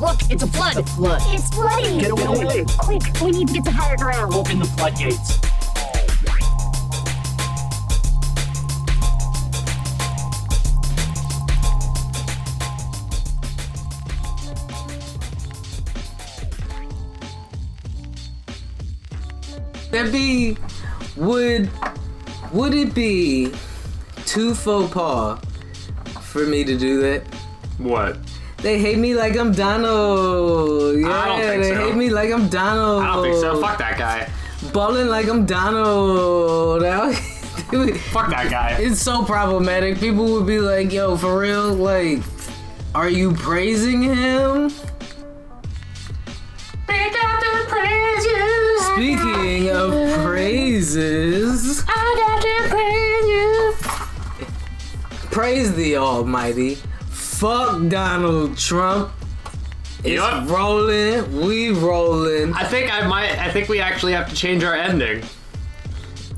Look, it's a flood. It's a flood. It's flooding. Get away. Quick, we need to get to higher ground. Open the floodgates. That be would would it be too faux pas for me to do that? What? They hate me like I'm Donald. Yeah, I don't think they so. hate me like I'm Donald. I don't think so. Fuck that guy. Balling like I'm Donald. Fuck that guy. it's so problematic. People would be like, "Yo, for real? Like, are you praising him?" Speaking of praises, I got to praise you. Praise the Almighty. Fuck Donald Trump. It's Yup. rolling. We rolling. I think I might. I think we actually have to change our ending.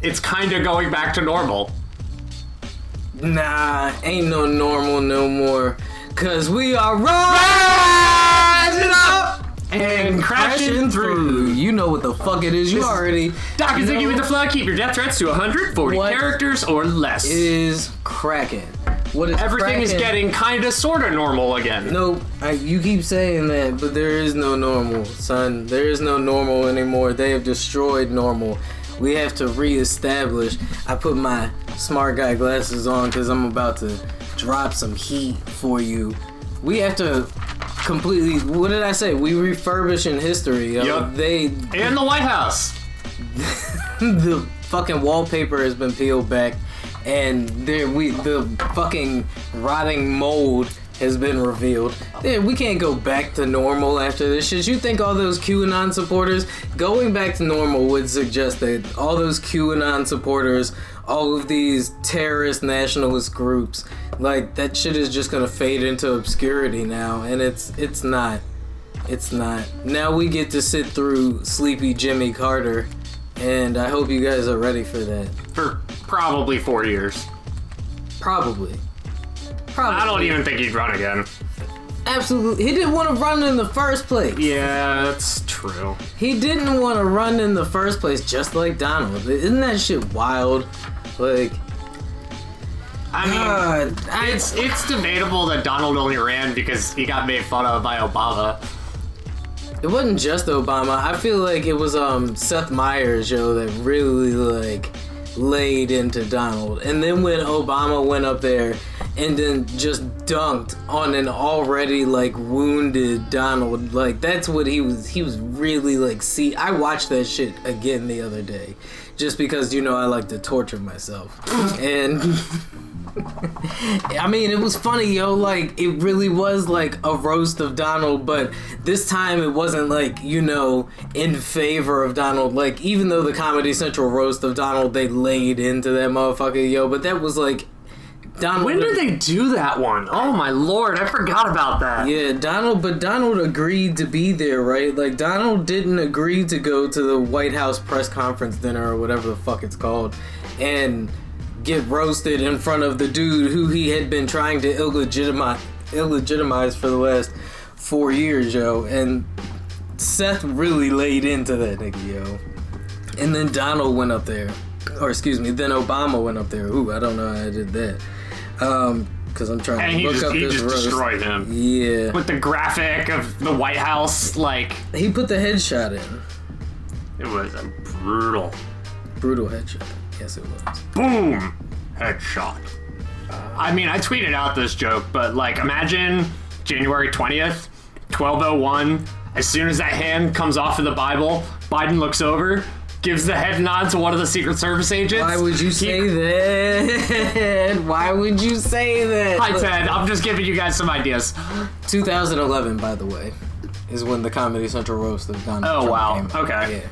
It's kind of going back to normal. Nah, ain't no normal no more. Cause we are rising up And crashing through. You know what the fuck it is. You This is- already. Doc and you know Ziggy with the flood. Keep your death threats to 140 What? characters or less. Is cracking. What is Everything is cracking- getting kind of sort of normal again. Nope. I, you keep saying that, but there is no normal, son. There is no normal anymore. They have destroyed normal. We have to reestablish. I put my smart guy glasses on because I'm about to drop some heat for you. We have to completely. What did I say? We refurbishing history. Uh, Yup. They In the White House. the fucking wallpaper has been peeled back, and there we the fucking rotting mold has been revealed. Yeah, we can't go back to normal after this shit. You think all those QAnon supporters going back to normal would suggest that all those QAnon supporters, all of these terrorist nationalist groups, like that shit is just gonna fade into obscurity now, and it's it's not. It's not. Now we get to sit through sleepy Jimmy Carter, and I hope you guys are ready for that. for probably four years. Probably. Probably. I don't even think he'd run again. Absolutely. He didn't want to run in the first place. Yeah, that's true. He didn't want to run in the first place, just like Donald. Isn't that shit wild? Like, I mean, God. I- it's it's debatable that Donald only ran because he got made fun of by Obama. It wasn't just Obama. I feel like it was um Seth Meyers, yo, that really like laid into Donald. And then when Obama went up there and then just dunked on an already like wounded Donald, like that's what he was he was really like see I watched that shit again the other day. Just because you know I like to torture myself. and I mean, it was funny, yo. Like, it really was like a roast of Donald, but this time it wasn't like, you know, in favor of Donald. Like, even though the Comedy Central roast of Donald, they laid into that motherfucker, yo, but that was like. Donald. When did they do that one? Oh my lord, I forgot about that. Yeah, Donald, but Donald agreed to be there, right? Like, Donald didn't agree to go to the White House press conference dinner or whatever the fuck it's called and get roasted in front of the dude who he had been trying to illegitimize, illegitimize for the last four years, yo. And Seth really laid into that nigga, yo. And then Donald went up there. Or, excuse me, then Obama went up there. Ooh, I don't know how I did that. Um, because I'm trying And to he look just up he this just roast. destroyed him Yeah. with the graphic of the White House. Like He put the headshot in. it was brutal. Brutal headshot. Yes, it was. boom, headshot. I mean, I tweeted out this joke, but like, imagine January 20th, 1201. As soon as that hand comes off of the Bible, Biden looks over, gives the head nod to one of the Secret Service agents. Why would you He- say that? Why would you say that? I Look, said, I'm just giving you guys some ideas. 2011, by the way, is when the Comedy Central roast of Donald Oh, Trump wow. came out. Okay. Yeah.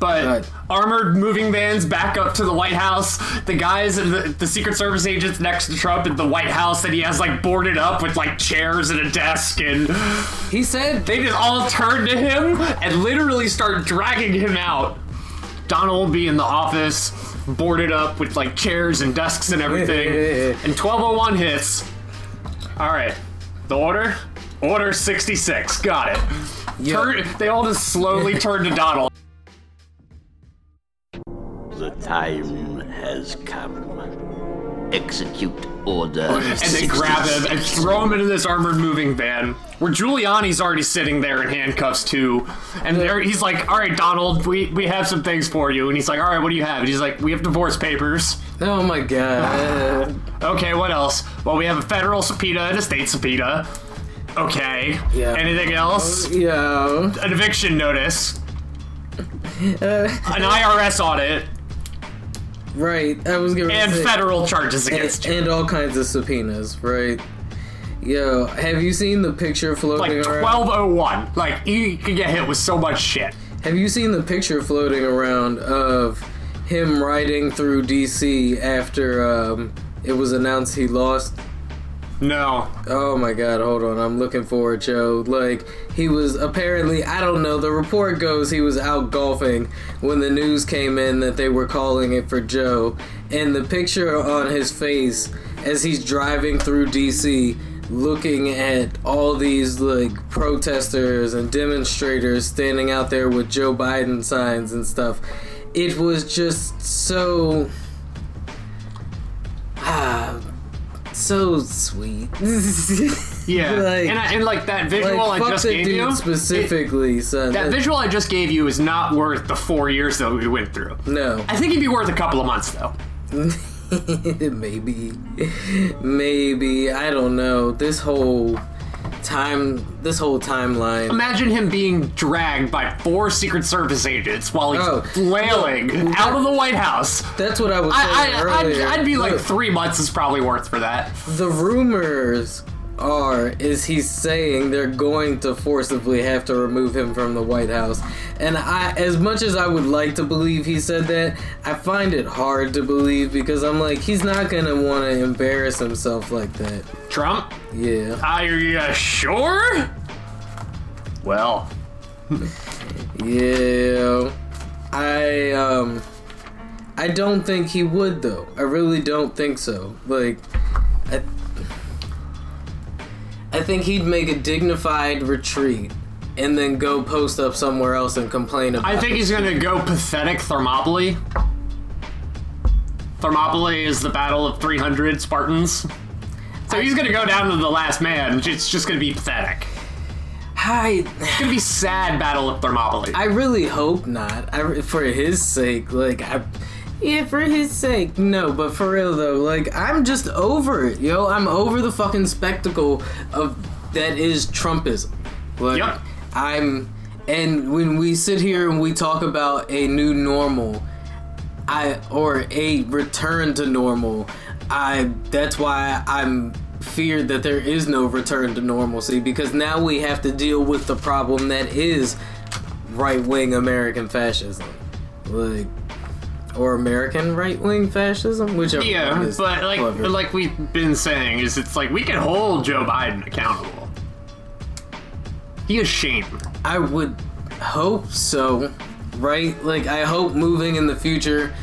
But Right. armored moving vans back up to the White House. The guys and the, the Secret Service agents next to Trump in the White House that he has like boarded up with like chairs and a desk and He said They just all turn to him and literally start dragging him out. Donald will be in the office, boarded up with like chairs and oh desks and everything. and 1201 hits. All right, the order Order 66. Got it. Yeah. Turn, they all just slowly turn to Donald. The time has come. Execute order. and they grab him and throw him into this armored moving van where Giuliani's already sitting there in handcuffs too. And there he's like, "All right, Donald, we we have some things for you." And he's like, "All right, what do you have?" And he's like, "We have divorce papers." Oh my god. Okay, what else? Well, we have a federal subpoena and a state subpoena. Okay. Yeah. Anything else? Yo. An eviction notice. Uh, An IRS audit Right. I was gonna and say. federal charges against and, you. and all kinds of subpoenas, right? Yo, have you seen the picture Like floating around? 1201. Like you could get hit with so much shit. Have you seen the picture floating around of him riding through DC after um, it was announced he lost? No, Oh my god, hold on. I'm looking for it, yo. Like, he was apparently, I don't know, the report goes he was out golfing when the news came in that they were calling it for Joe. And the picture on his face as he's driving through DC looking at all these, like, protesters and demonstrators standing out there with Joe Biden signs and stuff. It was just so. Ah. So sweet. Yeah, Like- and, I, and like that Like, visual I fuck just the gave dude you. it- specifically, son. that visual I just gave you is not worth the four years that we went through. no, I think it'd be worth a couple of months though. maybe, maybe I don't know. This whole time, this whole timeline. Imagine him being dragged by four Secret Service agents while he's Oh, flailing out of the White House. That's what I was saying I, I, I'd, earlier. I'd be like Look, three months is probably worth for that. the rumors are is he's saying they're going to forcibly have to remove him from the White House. And I as much as I would like to believe he said that, I find it hard to believe because I'm like he's not going to want to embarrass himself like that. Trump, Yeah. are you sure? Well, Yeah. I um I don't think he would though. I really don't think so. Like I I think he'd make a dignified retreat and then go post up somewhere else and complain about I think it. he's gonna go pathetic Thermopylae. Thermopylae is the battle of 300 Spartans. So he's gonna go down to the last man. It's just gonna be pathetic. I It's gonna be sad battle of Thermopylae. I really hope not. I re- for his sake, like I yeah, for his sake. No, but for real though, like I'm just over it, yo. I'm over the fucking spectacle of that is Trumpism. Like Yep. I'm and when we sit here and we talk about a new normal, I or a return to normal. I that's why I'm feared that there is no return to normalcy because now we have to deal with the problem that is right wing American fascism, like or American right wing fascism, which yeah, but like like we've been saying, is it's like we can hold Joe Biden accountable. He is shame. I would hope so, right? Like, I hope moving in the future,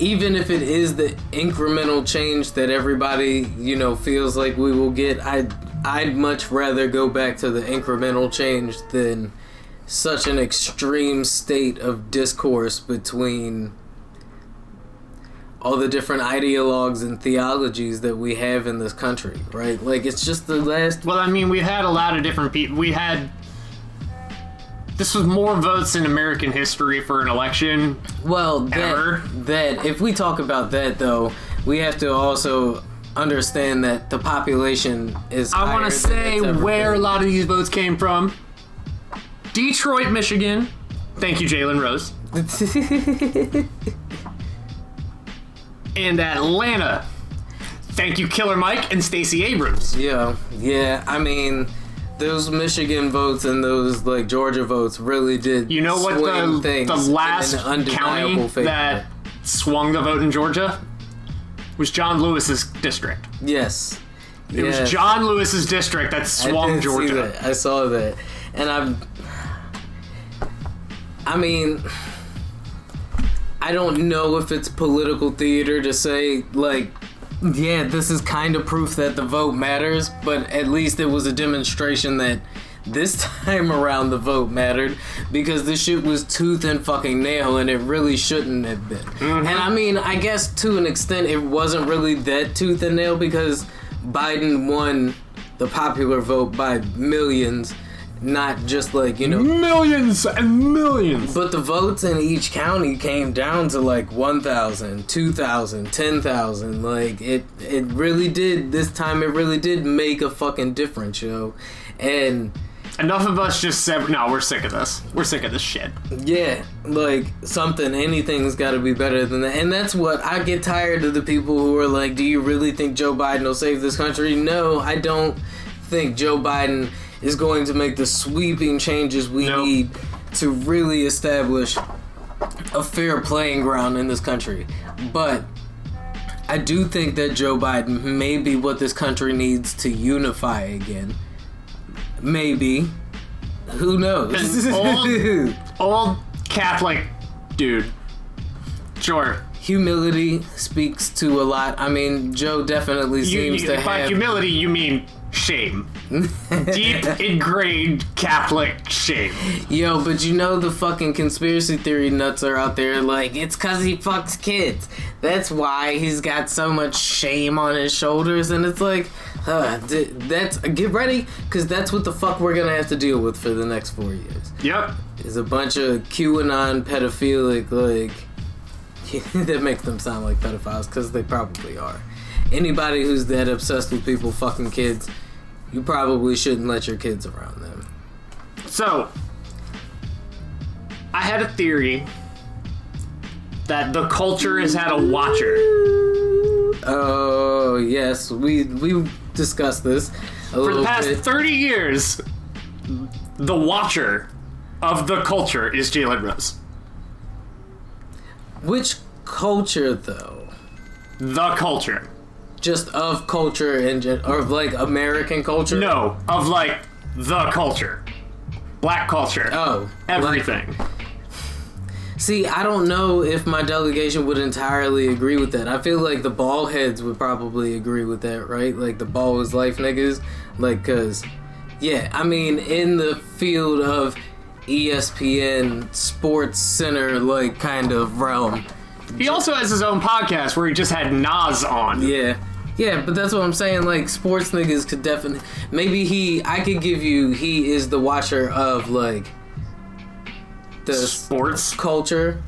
even if it is the incremental change that everybody, you know, feels like we will get, I'd, I'd much rather go back to the incremental change than such an extreme state of discourse between all the different ideologues and theologies that we have in this country, right? Like, it's just the last Well, I mean, we had a lot of different people. We had. This was more votes in American history for an election Well, that, Ever. that if we talk about that though, we have to also understand that the population is. I want to say where a lot of these votes came from. Detroit, Michigan. Thank you, Jalen Rose. And Atlanta. Thank you, Killer Mike and Stacey Abrams. yeah, yeah. I mean, those Michigan votes and those like Georgia votes really did. You know what swing the, things the in an last county undeniable favor. that swung the vote in Georgia was John Lewis's district. yes, It was John Lewis's district that I swung did see Georgia. that. I saw that, and I'm. I mean, I don't know if it's political theater to say like yeah, this is kind of proof that the vote matters, but at least it was a demonstration that this time around the vote mattered because this shit was tooth and fucking nail and it really shouldn't have been. And I mean, I guess to an extent it wasn't really that tooth and nail because Biden won the popular vote by millions, not just like, you know, Millions and millions. but the votes in each county came down to like 1,000, 2,000, 10,000. Like it it really did this time it really did make a fucking difference, yo. And Enough of us just said, no, we're sick of this. We're sick of this shit. yeah, like something anything's got to be better than that. And that's what I get tired of the people who are like, "Do you really think Joe Biden will save this country?" No, I don't think Joe Biden is going to make the sweeping changes we Nope. need to really establish a fair playing ground in this country. But I do think that Joe Biden may be what this country needs to unify again. Maybe. Who knows? An old- Old Catholic dude. Sure. Humility speaks to a lot. I mean, Joe definitely You- seems you- to by have. humility, you mean shame. Deep ingrained Catholic shame. Yo, but you know the fucking conspiracy theory nuts are out there like, it's because he fucks kids. That's why he's got so much shame on his shoulders. And it's like, huh, d- that's. Get ready, because that's what the fuck we're going to have to deal with for the next four years. Yep. Is a bunch of QAnon pedophilic, like. that makes them sound like pedophiles, because they probably are. Anybody who's that obsessed with people fucking kids, you probably shouldn't let your kids around them. So, I had a theory that the culture has had a watcher. Oh yes, we we discussed this a For little the past bit. 30 years, the watcher of the culture is Jalen Rose. Which culture though? The culture. Just of culture and gen- or of like American culture? No, of like the culture. Black culture. Oh, like- Everything. see, I don't know if my delegation would entirely agree with that. I feel like the bald heads would probably agree with that, right? Like the ball is life niggas, like cuz yeah, I mean in the field of E ESPN sports center like kind of realm. He also has his own podcast where he just had Nas on. Yeah. Yeah, but that's what I'm saying. Like, sports niggas could definitely. Maybe he. I could give you. He is the watcher of, like, the s- Sports. culture.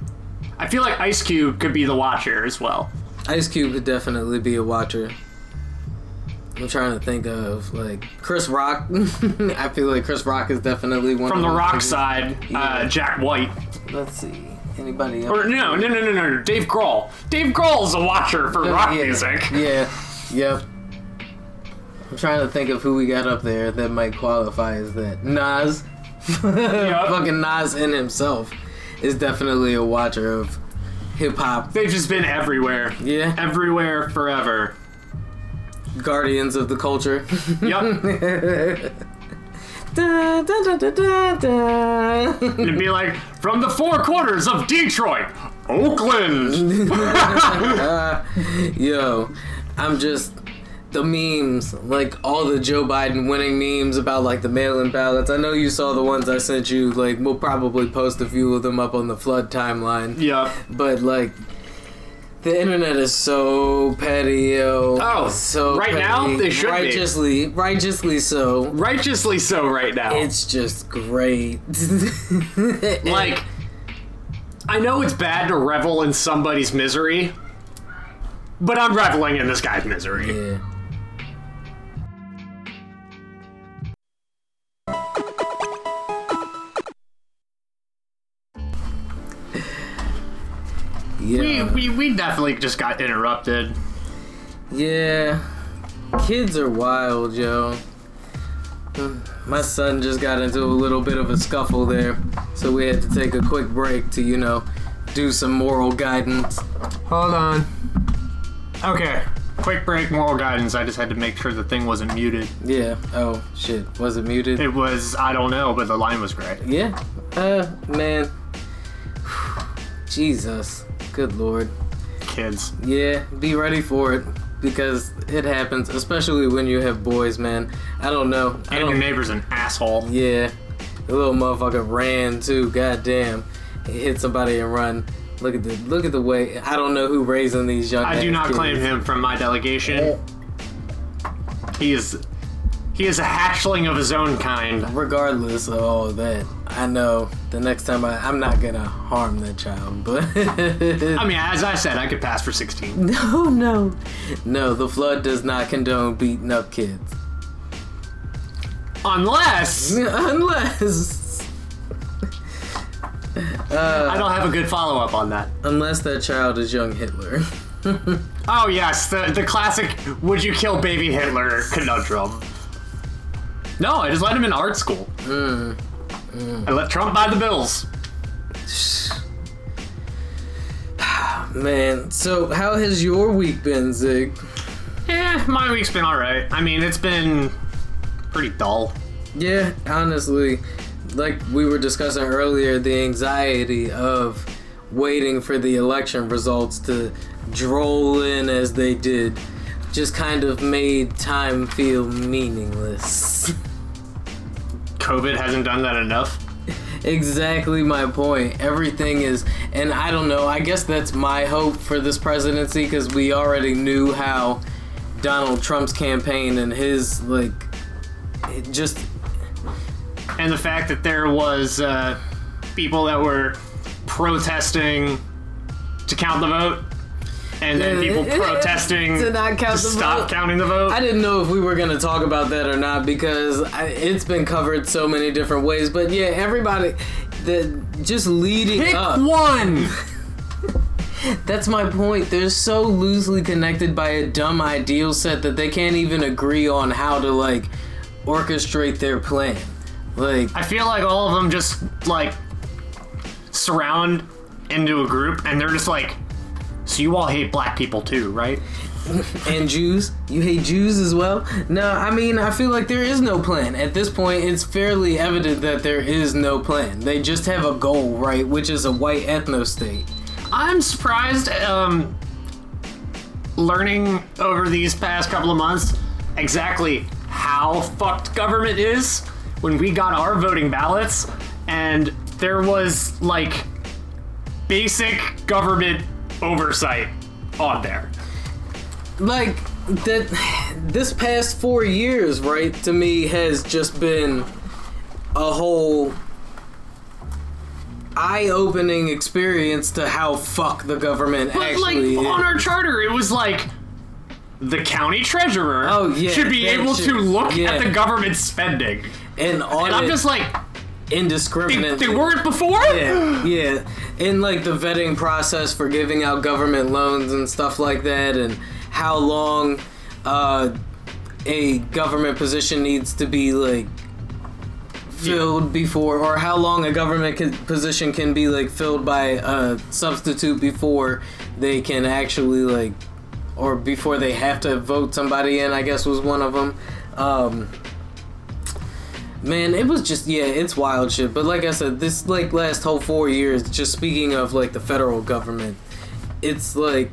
I feel like Ice Cube could be the watcher as well. Ice Cube could definitely be a watcher. I'm trying to think of, like, Chris Rock. I feel like Chris Rock is definitely one From of the those rock niggas. side, uh, Jack White. Let's see. Anybody else? Or no, no, no, no, no, Dave Grohl. Dave Grohl's a watcher for rock yeah. music. Yeah. Yep. I'm trying to think of who we got up there that might qualify as that. Nas. Fucking Nas in himself is definitely a watcher of hip hop. They've just been everywhere. Yeah. Everywhere forever. Guardians of the culture. Yep. da, da, da, da, da, da. It'd be like from the four corners of Detroit, Oakland. Yo, I'm just. The memes, like all the Joe Biden winning memes about like the mail-in ballots. I know you saw the ones I sent you. Like we'll probably post a few of them up on the flood timeline. Yep. But like, the internet is so petty. Yo. Oh, so right petty. now? They should be. righteously, righteously so. Righteously so right now. It's just great. like I know it's bad to revel in somebody's misery, but I'm reveling in this guy's misery. yeah. We, Yeah. we we definitely just got interrupted. Yeah. Kids are wild, yo. My son just got into a little bit of a scuffle there, so we had to take a quick break to, you know, do some moral guidance. Hold on. Okay. Quick break, moral guidance. I just had to make sure the thing wasn't muted. Yeah. Oh, shit. Was it muted? It was, I don't know, but the line was great. Yeah. Uh, man. Jesus. Good lord. Kids. Yeah, be ready for it. because it happens, especially when you have boys, man. I don't know. I And your don't. neighbor's an asshole. Yeah, the little motherfucker ran too. Goddamn, he hit somebody and run. Look at the look at the way. I don't know who raising these young. I do ass not kids. claim him from my delegation. He is he is a hatchling of his own kind. Regardless of all of that, I know the next time I, I'm not gonna harm that child. But I mean, as I said, I could pass for 16. no, no, no. The flood does not condone beating up kids Unless unless. I don't have a good follow up on that. Unless that child is young Hitler. Oh, yes, the, the classic would you kill baby Hitler conundrum. No, I just let him in art school. I let Trump buy the bills. Man, so how has your week been, Zig? Eh, my week's been alright. I mean, it's been pretty dull. Yeah, honestly, like we were discussing earlier, the anxiety of waiting for the election results to droll in as they did just kind of made time feel meaningless. COVID hasn't done that enough. exactly my point. Everything is, and I don't know, I guess that's my hope for this presidency because we already knew how Donald Trump's campaign and his, like, it just and the fact that there was uh, people that were protesting to count the vote, and then people protesting To not count the stop vote. counting the vote. I didn't know if we were going to talk about that or not because I, it's been covered so many different ways. But yeah, everybody, the just leading Pick up. one. That's my point. They're so loosely connected by a dumb ideal set that they can't even agree on how to like orchestrate their plan. Like, I feel like all of them just like surround into a group, and they're just like, "So you all hate black people too, right?" and Jews. You hate Jews as well? No, I mean, I feel like there is no plan. At this point, it's fairly evident that there is no plan. They just have a goal, right? Which is a white ethno state. I'm surprised. Um, learning over these past couple of months exactly how fucked government is. When we got our voting ballots, and there was like basic government oversight on there. Like, that this past four years, right, to me has just been a whole eye opening experience to how fuck the government But actually like is. on our charter, it was like. The county treasurer Oh, yeah, should be that able shit. to look Yeah. Oh, at the government spending. and on And I'm just like, they, indiscriminate. they weren't before? Yeah, yeah. And like the vetting process for giving out government loans and stuff like that, and how long uh, a government position needs to be like filled before, or how long a government can, position can be like filled by a substitute before they can actually like, or before they have to vote somebody in. I guess was one of them. Um, Man, it was just yeah, it's wild shit. But like I said, this like last whole four years, just speaking of like the federal government, it's like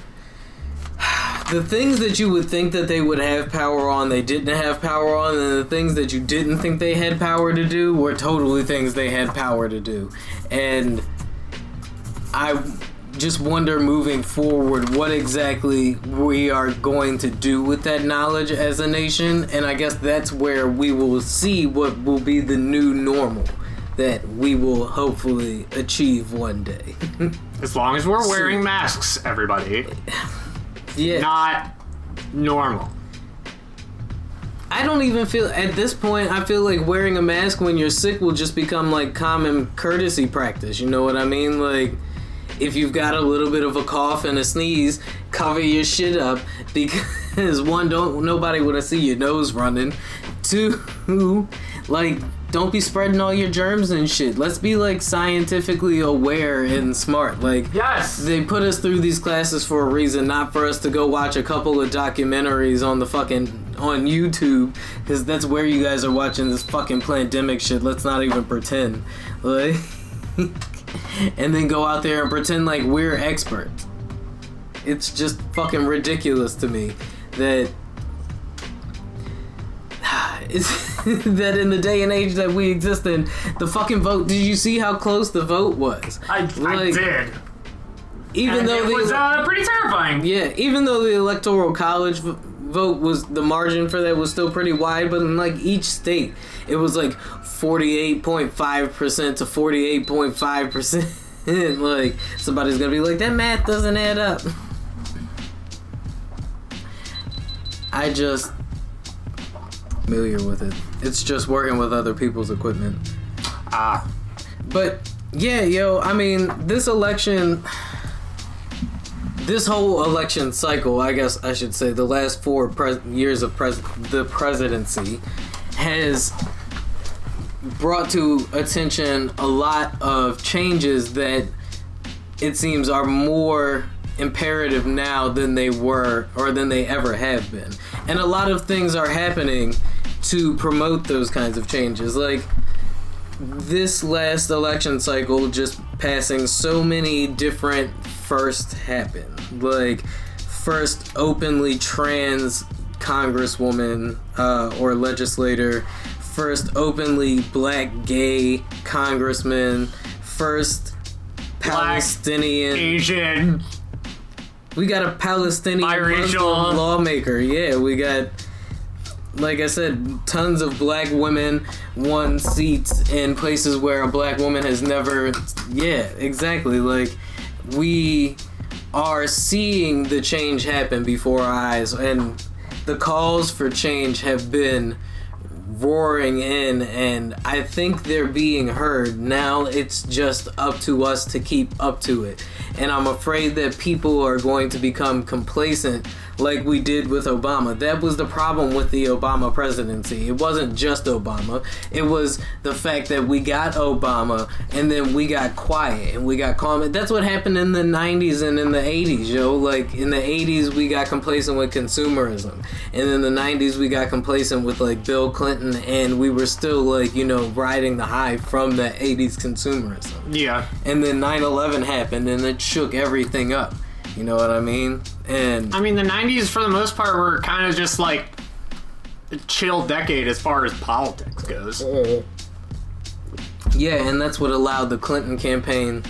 the things that you would think that they would have power on, they didn't have power on, and the things that you didn't think they had power to do were totally things they had power to do. And I just wonder moving forward what exactly we are going to do with that knowledge as a nation. And I guess that's where we will see what will be the new normal that we will hopefully achieve one day. As long as we're wearing masks, everybody. yeah. not normal. I don't even feel at this point. I feel like wearing a mask when you're sick will just become like common courtesy practice. You know what I mean? Like, if you've got a little bit of a cough and a sneeze, cover your shit up because one, don't nobody want to see your nose running. Two, like, don't be spreading all your germs and shit. Let's be like scientifically aware and smart. Like, Yes. they put us through these classes for a reason, not for us to go watch a couple of documentaries on the fucking on YouTube, because that's where you guys are watching this fucking pandemic shit. Let's not even pretend, like, and then go out there and pretend like we're experts. it's just fucking ridiculous to me that it's that in the day and age that we exist in, the fucking vote. Did you see how close the vote was? I, I Like, did. Even And though it the, was uh, pretty terrifying. Um, yeah, even though the electoral college v- vote was the margin for that was still pretty wide, but in like each state, it was like forty eight point five percent to forty eight point five percent. Like somebody's gonna be like, that math doesn't add up. I just familiar with it. It's just working with other people's equipment. Ah. But yeah, yo, I mean, this election, this whole election cycle, I guess I should say, the last four pres- years of pres- the presidency has brought to attention a lot of changes that it seems are more imperative now than they were or than they ever have been. And a lot of things are happening to promote those kinds of changes. Like this last election cycle just passing so many different first happen like first openly trans congresswoman uh, or legislator first openly black gay congressman first palestinian Asian. we got a Palestinian Biracial. Muslim lawmaker. Yeah, we got, like I said, tons of black women won seats in places where a black woman has never. Yeah, exactly. Like, we are seeing the change happen before our eyes, and the calls for change have been roaring in and I think they're being heard. Now it's just up to us to keep up to it. And I'm afraid that people are going to become complacent like we did with Obama. That was the problem with the Obama presidency. It wasn't just Obama. It was the fact that we got Obama and then we got quiet and we got calm. That's what happened in the 90s and in the 80s, yo. Like in the 80s we got complacent with consumerism. And in the 90s we got complacent with like Bill Clinton and we were still like, you know, riding the high from the 80s consumerism Yeah. and then 9-11 happened and it shook everything up you know what i mean and I mean, the 90s, for the most part, were kind of just like a chill decade as far as politics goes. Uh, yeah and that's what allowed the clinton campaign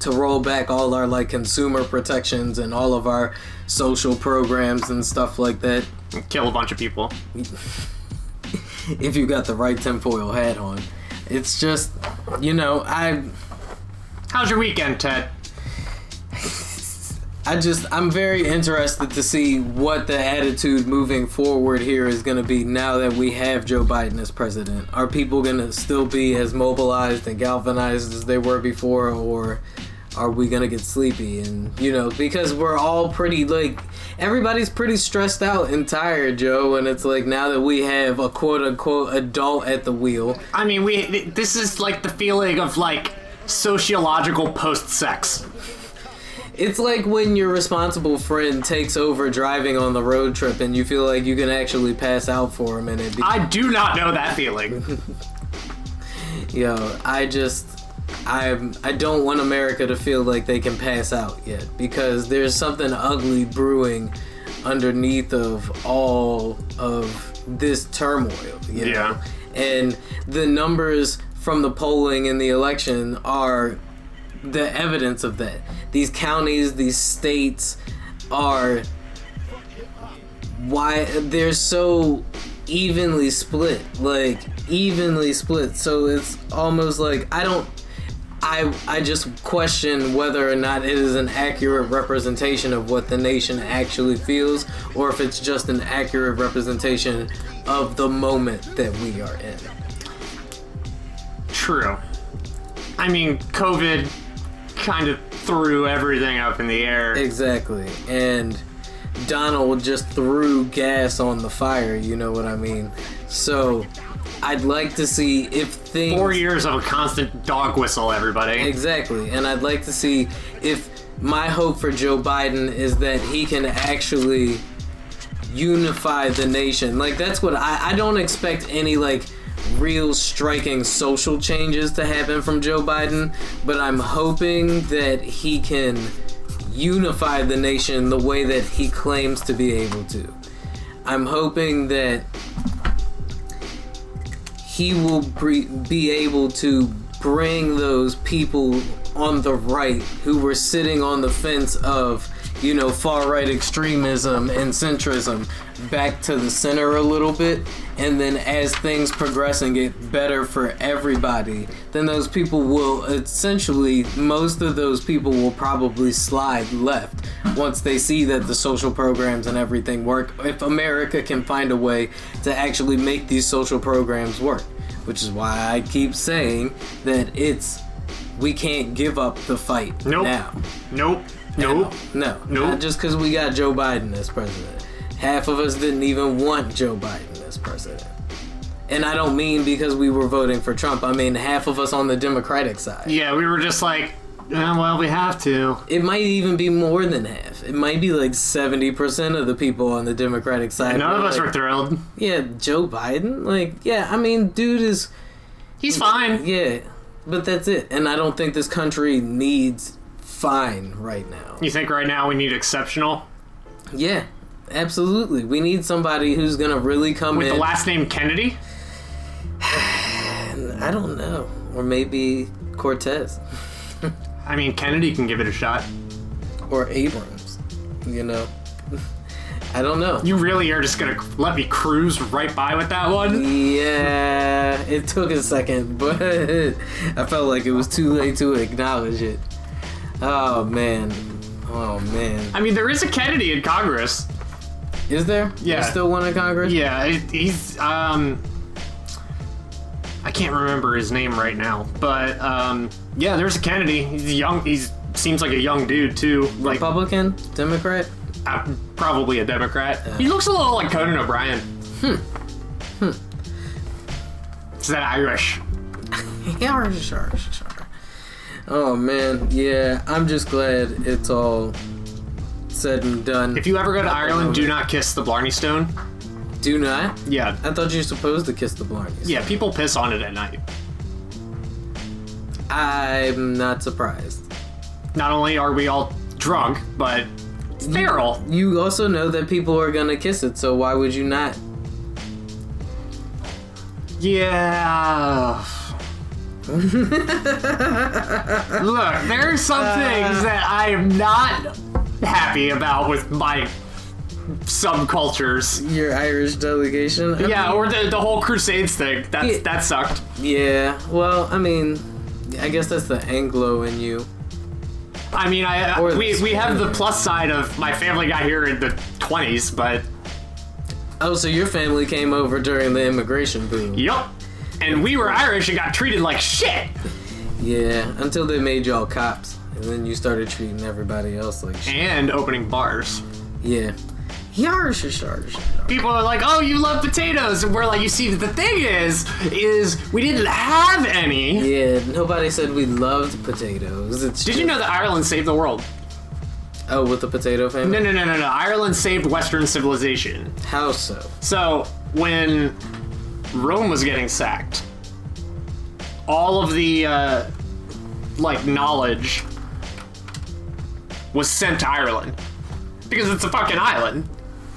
to roll back all our like consumer protections and all of our social programs and stuff like that Kill a bunch of people. if you got the right tinfoil hat on it's just you know i How's your weekend, Ted? I just I'm very interested to see what the attitude moving forward here is going to be now that we have Joe Biden as president. Are people going to still be as mobilized and galvanized as they were before or are we going to get sleepy and you know because we're all pretty like everybody's pretty stressed out and tired, Joe, and it's like now that we have a quote unquote adult at the wheel. I mean, we. th- This is like the feeling of like sociological post-sex. It's like when your responsible friend takes over driving on the road trip and you feel like you can actually pass out for a minute. Because, I do not know that feeling. yo, I just. I'm, I don't want America to feel like they can pass out yet because there's something ugly brewing underneath of all of this turmoil. You know? Yeah. And the numbers from the polling and the election are the evidence of that. These counties, these states are why they're so evenly split, like evenly split. So it's almost like I don't I I just question whether or not it is an accurate representation of what the nation actually feels or if it's just an accurate representation of the moment that we are in. True. I mean, COVID kind of threw everything up in the air. Exactly. And Donald just threw gas on the fire, you know what I mean? So I'd like to see if things Four years of a constant dog whistle, everybody. Exactly. And I'd like to see if my hope for Joe Biden is that he can actually unify the nation. Like that's what I I don't expect any like real striking social changes to happen from Joe Biden, but I'm hoping that he can unify the nation the way that he claims to be able to. I'm hoping that he will bre- be able to bring those people on the right who were sitting on the fence of, you know, far right extremism and centrism back to the center a little bit. And then as things progress and get better for everybody, then those people will essentially, most of those people will probably slide left once they see that the social programs and everything work. If America can find a way to actually make these social programs work, which is why I keep saying that it's we can't give up the fight Nope. now. Nope. Nope. No, Nope. not just because we got Joe Biden as president. Half of us didn't even want Joe Biden as president. And I don't mean because we were voting for Trump. I mean half of us on the Democratic side. Yeah, we were just like, eh, well, we have to. It might even be more than half. It might be like 70% of the people on the Democratic side. None of us like, were thrilled. Yeah, Joe Biden? Like, yeah, I mean, dude is. He's fine. Yeah, but that's it. And I don't think this country needs fine right now. You think right now we need exceptional Yeah, absolutely. We need somebody who's going to really come with in. the last name Kennedy? I don't know. Or maybe Cortez I mean, Kennedy can give it a shot. or Abrams, you know? I don't know. You really are just gonna let me cruise right by with that one? Yeah, it took a second, but I felt like it was too late to acknowledge it. Oh man. Oh man. I mean, there is a Kennedy in Congress. Is there? Yeah. There's still one in Congress? Yeah, it- he's um, I can't remember his name right now, but um, yeah, there's a Kennedy. He's a young. He's seems like a young dude too. Like Republican? Democrat? uh, probably a Democrat. He looks a little like Conan O'Brien. Hmm. Hmm. Is that Irish? Yeah, sure, sure. Oh man, yeah, I'm just glad it's all said and done. If you ever go to Ireland, do not kiss the Blarney Stone. do not, Yeah. I thought you were supposed to kiss the Blarneys. Yeah, people piss on it at night. I'm not surprised. Not only are we all drunk, but it's feral. You also know that people are gonna kiss it, so why would you not? Yeah. Look, there are some Uh. things that I am not happy about with my subcultures. Your Irish delegation? I Yeah, mean- or the, the whole Crusades thing. That Yeah. that sucked. yeah, well, I mean, I guess that's the Anglo in you. I mean, I Or we, the- we have the plus side of my family got here in the 20s, but Oh, so your family came over during the immigration boom. yup. And we were Irish and got treated like shit. Yeah, until they made y'all cops. And then you started treating everybody else like shit. And opening bars. Yeah. Yarsh, yarsh, yarsh. people are like, "Oh, you love potatoes," and we're like, "You see, the thing is, is we didn't have any." Yeah, nobody said we loved potatoes. It's Did you know that Ireland saved the world? Oh, with the potato famine? No, no, no, no, no. Ireland saved Western civilization. How so? So when Rome was getting sacked, all of the uh, like knowledge was sent to Ireland because it's a fucking island.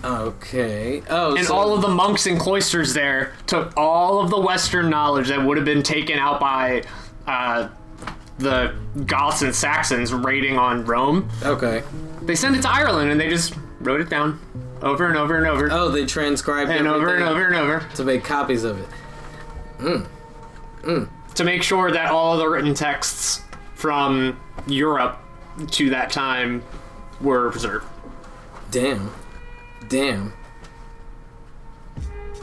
Okay. Oh, And so, all of the monks and cloisters there took all of the Western knowledge that would have been taken out by uh, the Goths and Saxons raiding on Rome. okay. They sent it to Ireland and they just wrote it down over and over and over Oh, they transcribed and over and everything over and over to make copies of it. to make sure that all of the written texts from Europe to that time were preserved. Damn. Damn.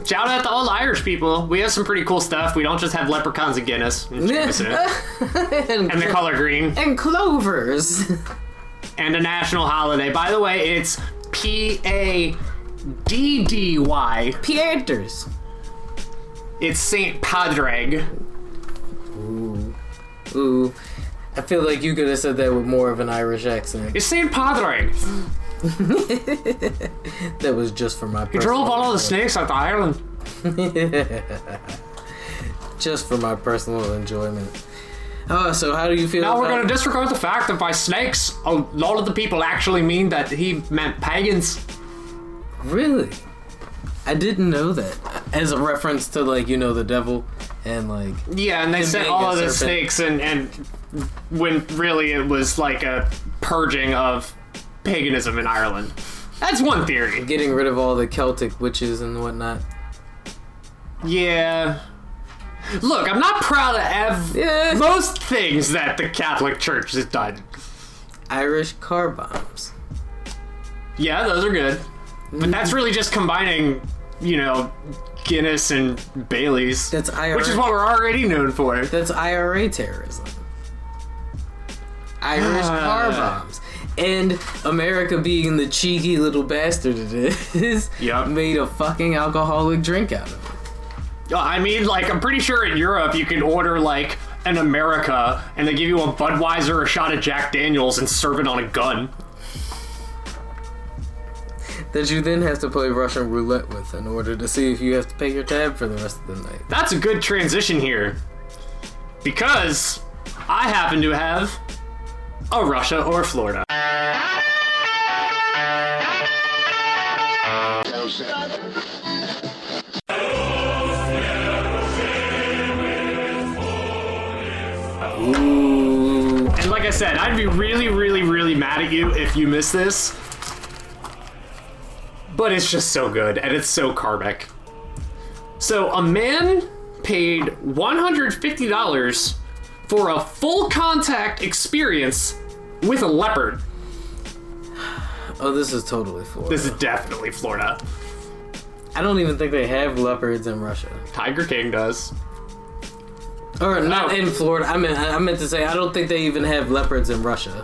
Shout out to all the Irish people. We have some pretty cool stuff. We don't just have leprechauns and Guinness and Jameson and, and the color green. and clovers. and a national holiday. By the way, it's P A D D Y. Pieters. It's Saint Padraig. Ooh. I feel like you could have said that with more of an Irish accent. It's Saint Padraig. That was just for my He personal drove all of the snakes out to Ireland. just for my personal enjoyment. Oh, so how do you feel? Now we're about- going to disregard the fact that by snakes, a lot of the people actually mean that he meant pagans. Really? I didn't know that. As a reference to like you know the devil and like Yeah, and they The sent all of the mega serpent. snakes, and, and when really it was like a purging of paganism in Ireland. That's one theory. getting rid of all the Celtic witches and whatnot. Yeah. Look, I'm not proud of ev- Yeah. most things that the Catholic Church has done. Irish car bombs. Yeah, those are good. But that's really just combining, you know, Guinness and Bailey's. That's IRA. Which is what we're already known for. That's IRA terrorism. Irish car Ah. bombs. And America being the cheeky little bastard it is, Yup. made a fucking alcoholic drink out of it. Uh, I mean, like, I'm pretty sure in Europe you can order, like, an America and they give you a Budweiser, a shot of Jack Daniels, and serve it on a gun. That you then have to play Russian roulette with in order to see if you have to pay your tab for the rest of the night. That's a good transition here. Because I happen to have a Russia or Florida. Ooh. And like I said, I'd be really, really, really mad at you if you miss this. But it's just so good, and it's so karmic. So, a man paid $150 for a full contact experience with a leopard. Oh, this is totally Florida. This is definitely Florida. I don't even think they have leopards in Russia. Tiger King does. Or not No. in Florida. I mean, I meant to say I don't think they even have leopards in Russia.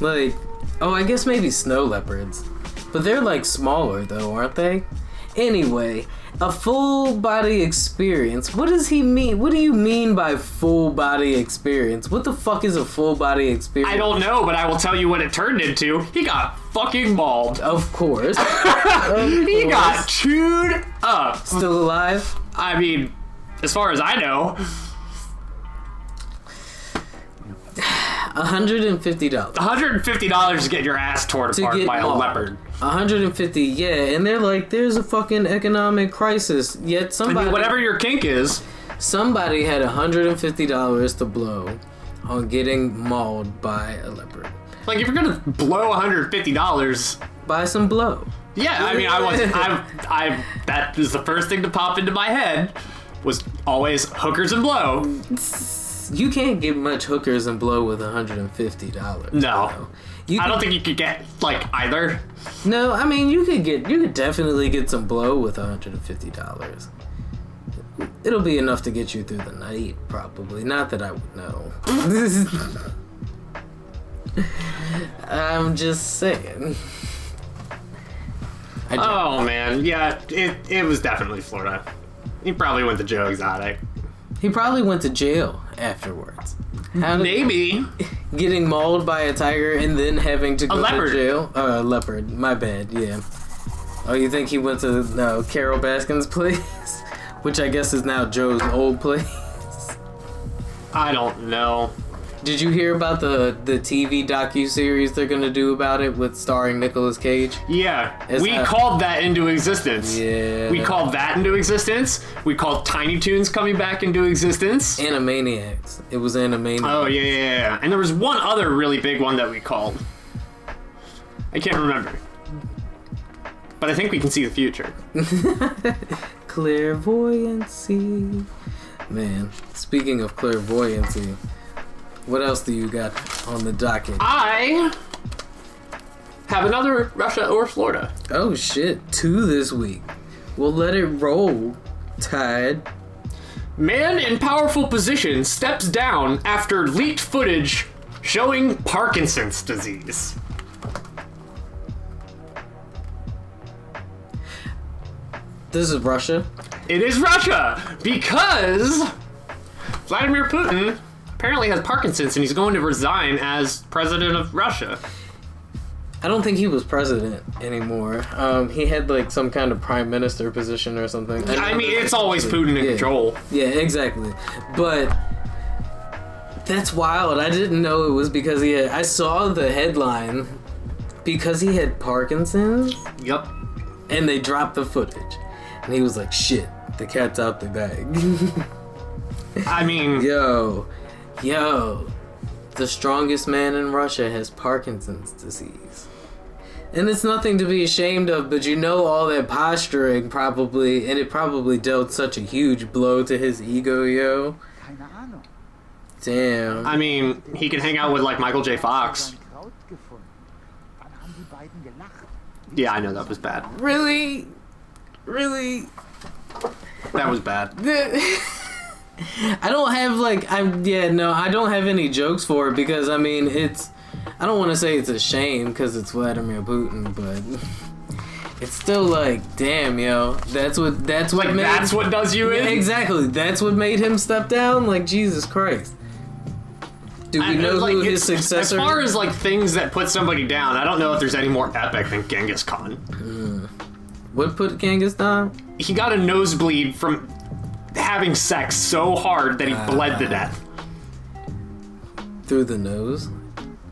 Like, oh, I guess maybe snow leopards, but they're like smaller though, aren't they? Anyway, a full body experience. What does he mean? What do you mean by full body experience? What the fuck is a full body experience? I don't know, but I will tell you what it turned into. He got fucking mauled. Of course, He got chewed up. still alive. I mean, as far as I know, hundred and fifty dollars. $150 to get your ass torn apart get by a mauled. leopard. 150, yeah, and they're like, there's a fucking economic crisis. Yet I somebody, mean, whatever your kink is, somebody had 150 dollars to blow on getting mauled by a leopard. like if you're gonna blow $150, Buy some blow. yeah, I mean, I was, I, I, that is the first thing to pop into my head was always hookers and blow. You can't get much hookers and blow with 150 dollars. No, You I could, don't think you could get like either. no, I mean you could get you could definitely get some blow with 150 dollars. It'll be enough to get you through the night, probably. Not that I would know. I'm just saying. I don't- Oh man, yeah, it, it was definitely Florida. He probably went to Joe Exotic. He probably went to jail afterwards. How did- Maybe. getting mauled by a tiger and then having to go leopard. to jail. Uh, a leopard. My bad. Yeah. Oh, you think he went to no Carol Baskin's place, which I guess is now Joe's old place. I don't know. Did you hear about the the TV docu series they're gonna do about it with starring Nicolas Cage? Yeah, It's we a- called that into existence. Yeah. We called that into existence. We called Tiny Toons coming back into existence. Animaniacs. It was Animaniacs. Oh yeah, yeah, yeah, yeah. And there was one other really big one that we called. I can't remember. But I think we can see the future. Clairvoyancy. Man, speaking of clairvoyancy, what else do you got on the docket? I have another Russia or Florida. Oh shit, two this week. We'll let it roll, Tide. Man in powerful position steps down after leaked footage showing Parkinson's disease. This is Russia. It is Russia because Vladimir Putin apparently has Parkinson's and he's going to resign as president of Russia. I don't think he was president anymore. Um, he had like some kind of prime minister position or something. I mean, it's always Putin in Yeah. control. Yeah, exactly. But That's wild. I didn't know it was because he had. I saw the headline because he had Parkinson's Yep. and they dropped the footage. And he was like, shit, the cat's out the bag. I mean, yo, yo, the strongest man in Russia has Parkinson's disease. And it's nothing to be ashamed of, but you know all that posturing probably, and it probably dealt such a huge blow to his ego, yo. Damn. I mean, he can hang out with like Michael J. Fox. Yeah, I know that was bad. really, really. That was bad. I don't have like I yeah no I don't have any jokes for it because I mean it's I don't want to say it's a shame because it's Vladimir Putin but it's still like damn yo that's what that's what Like made that's what does you in. exactly that's what made him step down like Jesus Christ do we I- know like, who his it's- successor As far as like things that put somebody down, I don't know if there's any more epic than Genghis Khan. what put Genghis down He got a nosebleed from having sex so hard that he Ah. bled to death. through the nose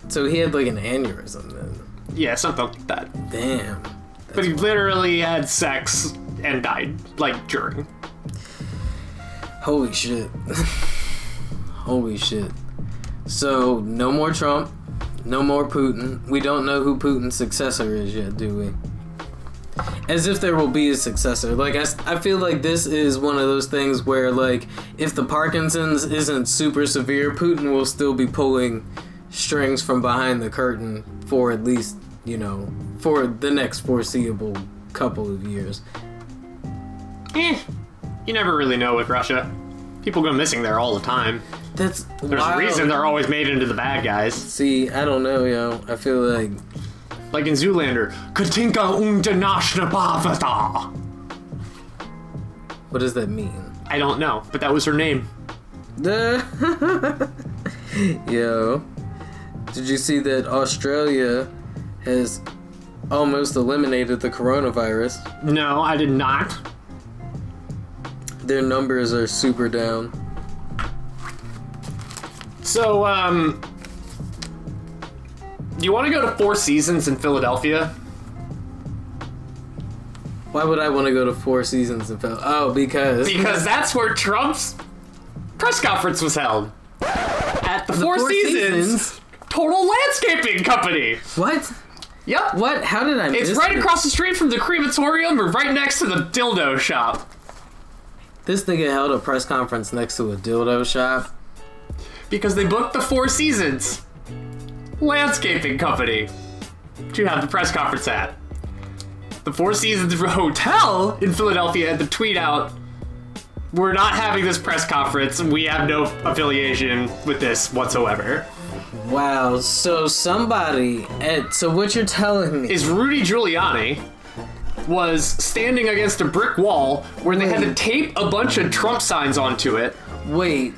so he had like an aneurysm then Yeah, something like that. damn But he literally had sex and died like during. Holy shit. Holy shit. So, no more Trump, no more Putin. We don't know who Putin's successor is yet, do we? As if there will be a successor. Like, I, s- I feel like this is one of those things where, like, if the Parkinson's isn't super severe, Putin will still be pulling strings from behind the curtain for at least, you know, for the next foreseeable couple of years. Eh, you never really know with Russia. People go missing there all the time. That's There's a reason they're always made into the bad guys. See, I don't know, yo. I feel like Like in Zoolander, Katinka Undanaschnabavata. What does that mean? I don't know, but that was her name. Yo, did you see that Australia has almost eliminated the coronavirus? No, I did not. Their numbers are super down. So, um, do you want to go to Four Seasons in Philadelphia? Why would I want to go to Four Seasons and fail? Oh, because Because that's where Trump's press conference was held. At the, Four, Four seasons, Seasons? Total Landscaping Company. what? Yep. What? How did I? It's miss right this? across the street from the crematorium or right next to the dildo shop. This nigga held a press conference next to a dildo shop. Because they booked the Four Seasons Landscaping Company to have the press conference at. The Four Seasons Hotel in Philadelphia had the tweet out We're not having this press conference, and we have no affiliation with this whatsoever. Wow. So somebody at so what you're telling me? Is Rudy Giuliani was standing against a brick wall where they had to tape a bunch of Trump signs onto it Wait.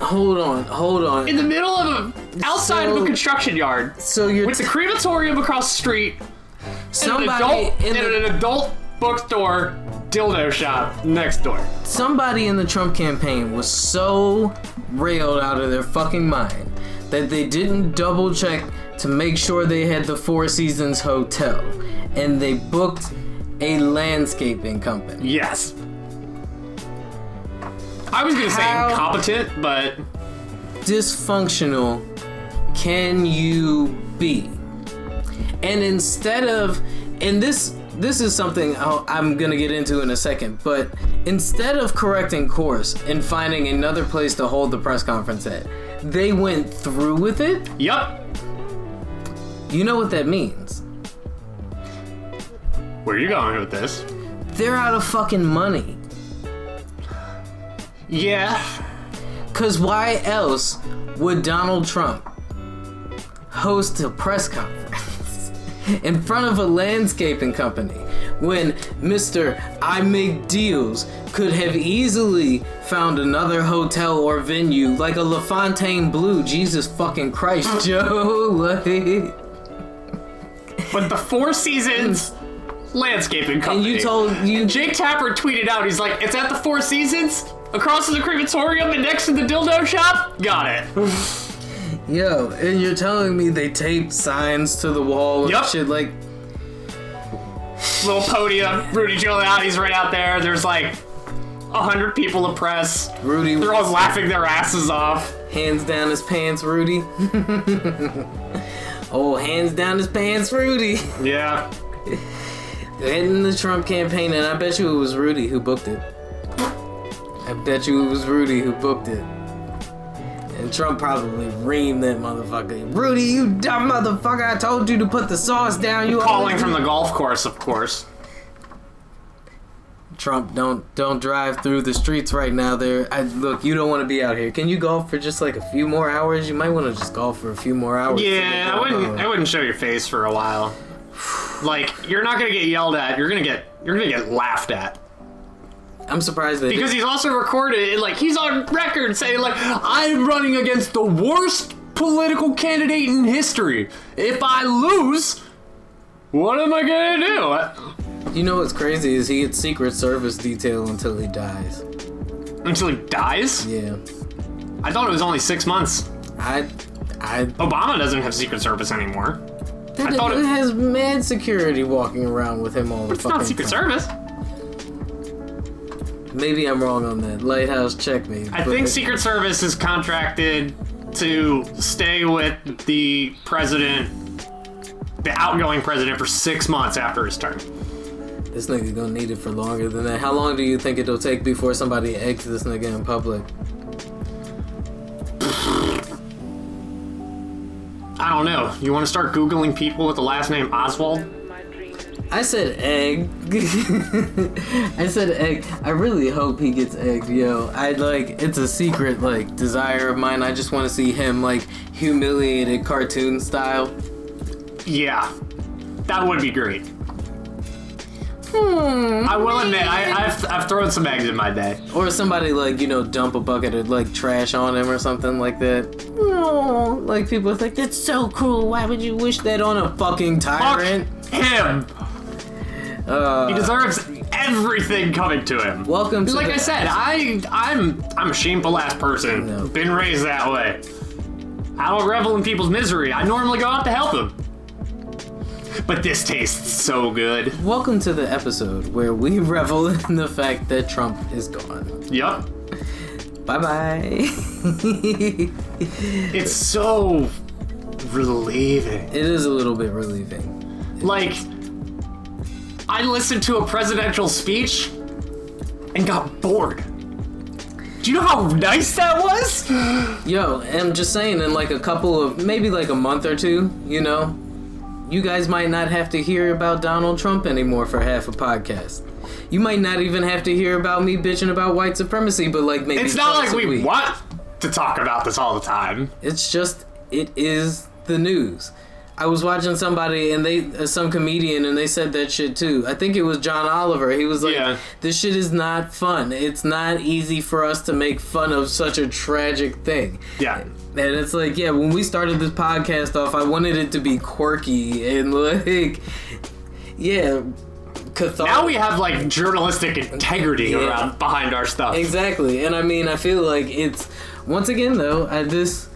Hold on. Hold on. in the middle of a outside of So- a construction yard so you're with the crematorium across the street somebody an adult, in and the- an adult bookstore dildo shop next door. somebody in the Trump campaign was so railed out of their fucking mind that they didn't double check to make sure they had the Four Seasons Hotel and they booked a landscaping company. Yes. I was gonna How- say incompetent, but Dysfunctional can you be? And instead of and this this is something I'll, I'm going to get into in a second, but instead of correcting course and finding another place to hold the press conference at, they went through with it yep. You know what that means. Where are you going with this? They're out of fucking money. Yeah. Cause why else would Donald Trump host a press conference in front of a landscaping company when Mr. I Make Deals could have easily found another hotel or venue like a LaFontaine Blue, Jesus fucking Hmm. Christ, Joe. Like, But the Four Seasons landscaping company. and you told you Jake Tapper tweeted out, he's like, "It's at the Four Seasons. Across the crematorium and next to the dildo shop? Got it. Yo, and you're telling me they taped signs to the wall and Yup. shit like Little podium. Rudy Giuliani's right out there. There's like a hundred people to press. Rudy They're all laughing their asses off. hands down his pants, Rudy. oh, hands down his pants, Rudy. Yeah. in the Trump campaign, and I bet you it was Rudy who booked it. I bet you it was Rudy who booked it. And Trump probably reamed that motherfucker. Rudy, you dumb motherfucker! I told you to put the sauce down. You Calling always-" from the golf course, of course. Trump, don't don't drive through the streets right now. There, I, look, you don't want to be out here. Can you golf for just like a few more hours? You might want to just golf for a few more hours. Yeah, I wouldn't. I Oh. wouldn't show your face for a while. Like you're not gonna get yelled at. You're gonna get. You're gonna get laughed at. I'm surprised they Because he's also recorded. and, Like he's on record saying like I'm running against the worst political candidate in history. If I lose, what am I gonna You know what's crazy is he gets Secret Service detail until he dies. do? Until he dies? Yeah, I thought it was only six months. I, I, Obama doesn't have Secret Service anymore. I thought it- has mad security walking around with him all the It's fucking not Secret time. Service. Maybe I'm wrong on that. Lighthouse, check me. I but- think Secret Service is contracted to stay with the president, the outgoing president, for six months after his term. this nigga's gonna need it for longer than that. How long do you think it'll take before somebody eggs this nigga in public? I don't know. You want to start Googling people with the last name Oswald? I said egg. I said egg. I really hope he gets egged, yo. I like it's a secret like desire of mine. I just want to see him like humiliated cartoon style. Yeah. That would be great. I will admit, I, I've, I've thrown some eggs in my day. Or somebody like, you know, dump a bucket of like trash on him or something like that. Hmm. No, like people are like, that's so cruel. Why would you wish that on a fucking Fuck tyrant? him! he deserves everything coming to him. Welcome to like the- I said, I I'm I'm a shameful ass person. No. Been raised that way. I don't revel in people's misery. I normally go out to help them. But this tastes so good. Welcome to the episode where we revel in the fact that Trump is gone. Yup. Bye bye. it It's so relieving. is a little bit relieving. Like I listened to a presidential speech and got bored. Do you know how nice that was? Yo, I'm just saying, in like a couple of maybe like a month or two, you know, you guys might not have to hear about Donald Trump anymore for half a podcast. You might not even have to hear about me bitching about white supremacy, but like maybe It's not twice like a we week. want to talk about this all the time. It's just it is the news. I was watching somebody and they uh, some comedian and they said that shit too. I think it was John Oliver. He was like, Yeah. "This shit is not fun. It's not easy for us to make fun of such a tragic thing." Yeah. And it's like, yeah, when we started this podcast off, I wanted it to be quirky and like, yeah, cathartic. Now we have like journalistic integrity Yeah. around behind our stuff. Exactly. And I mean, I feel like it's once again though, I, this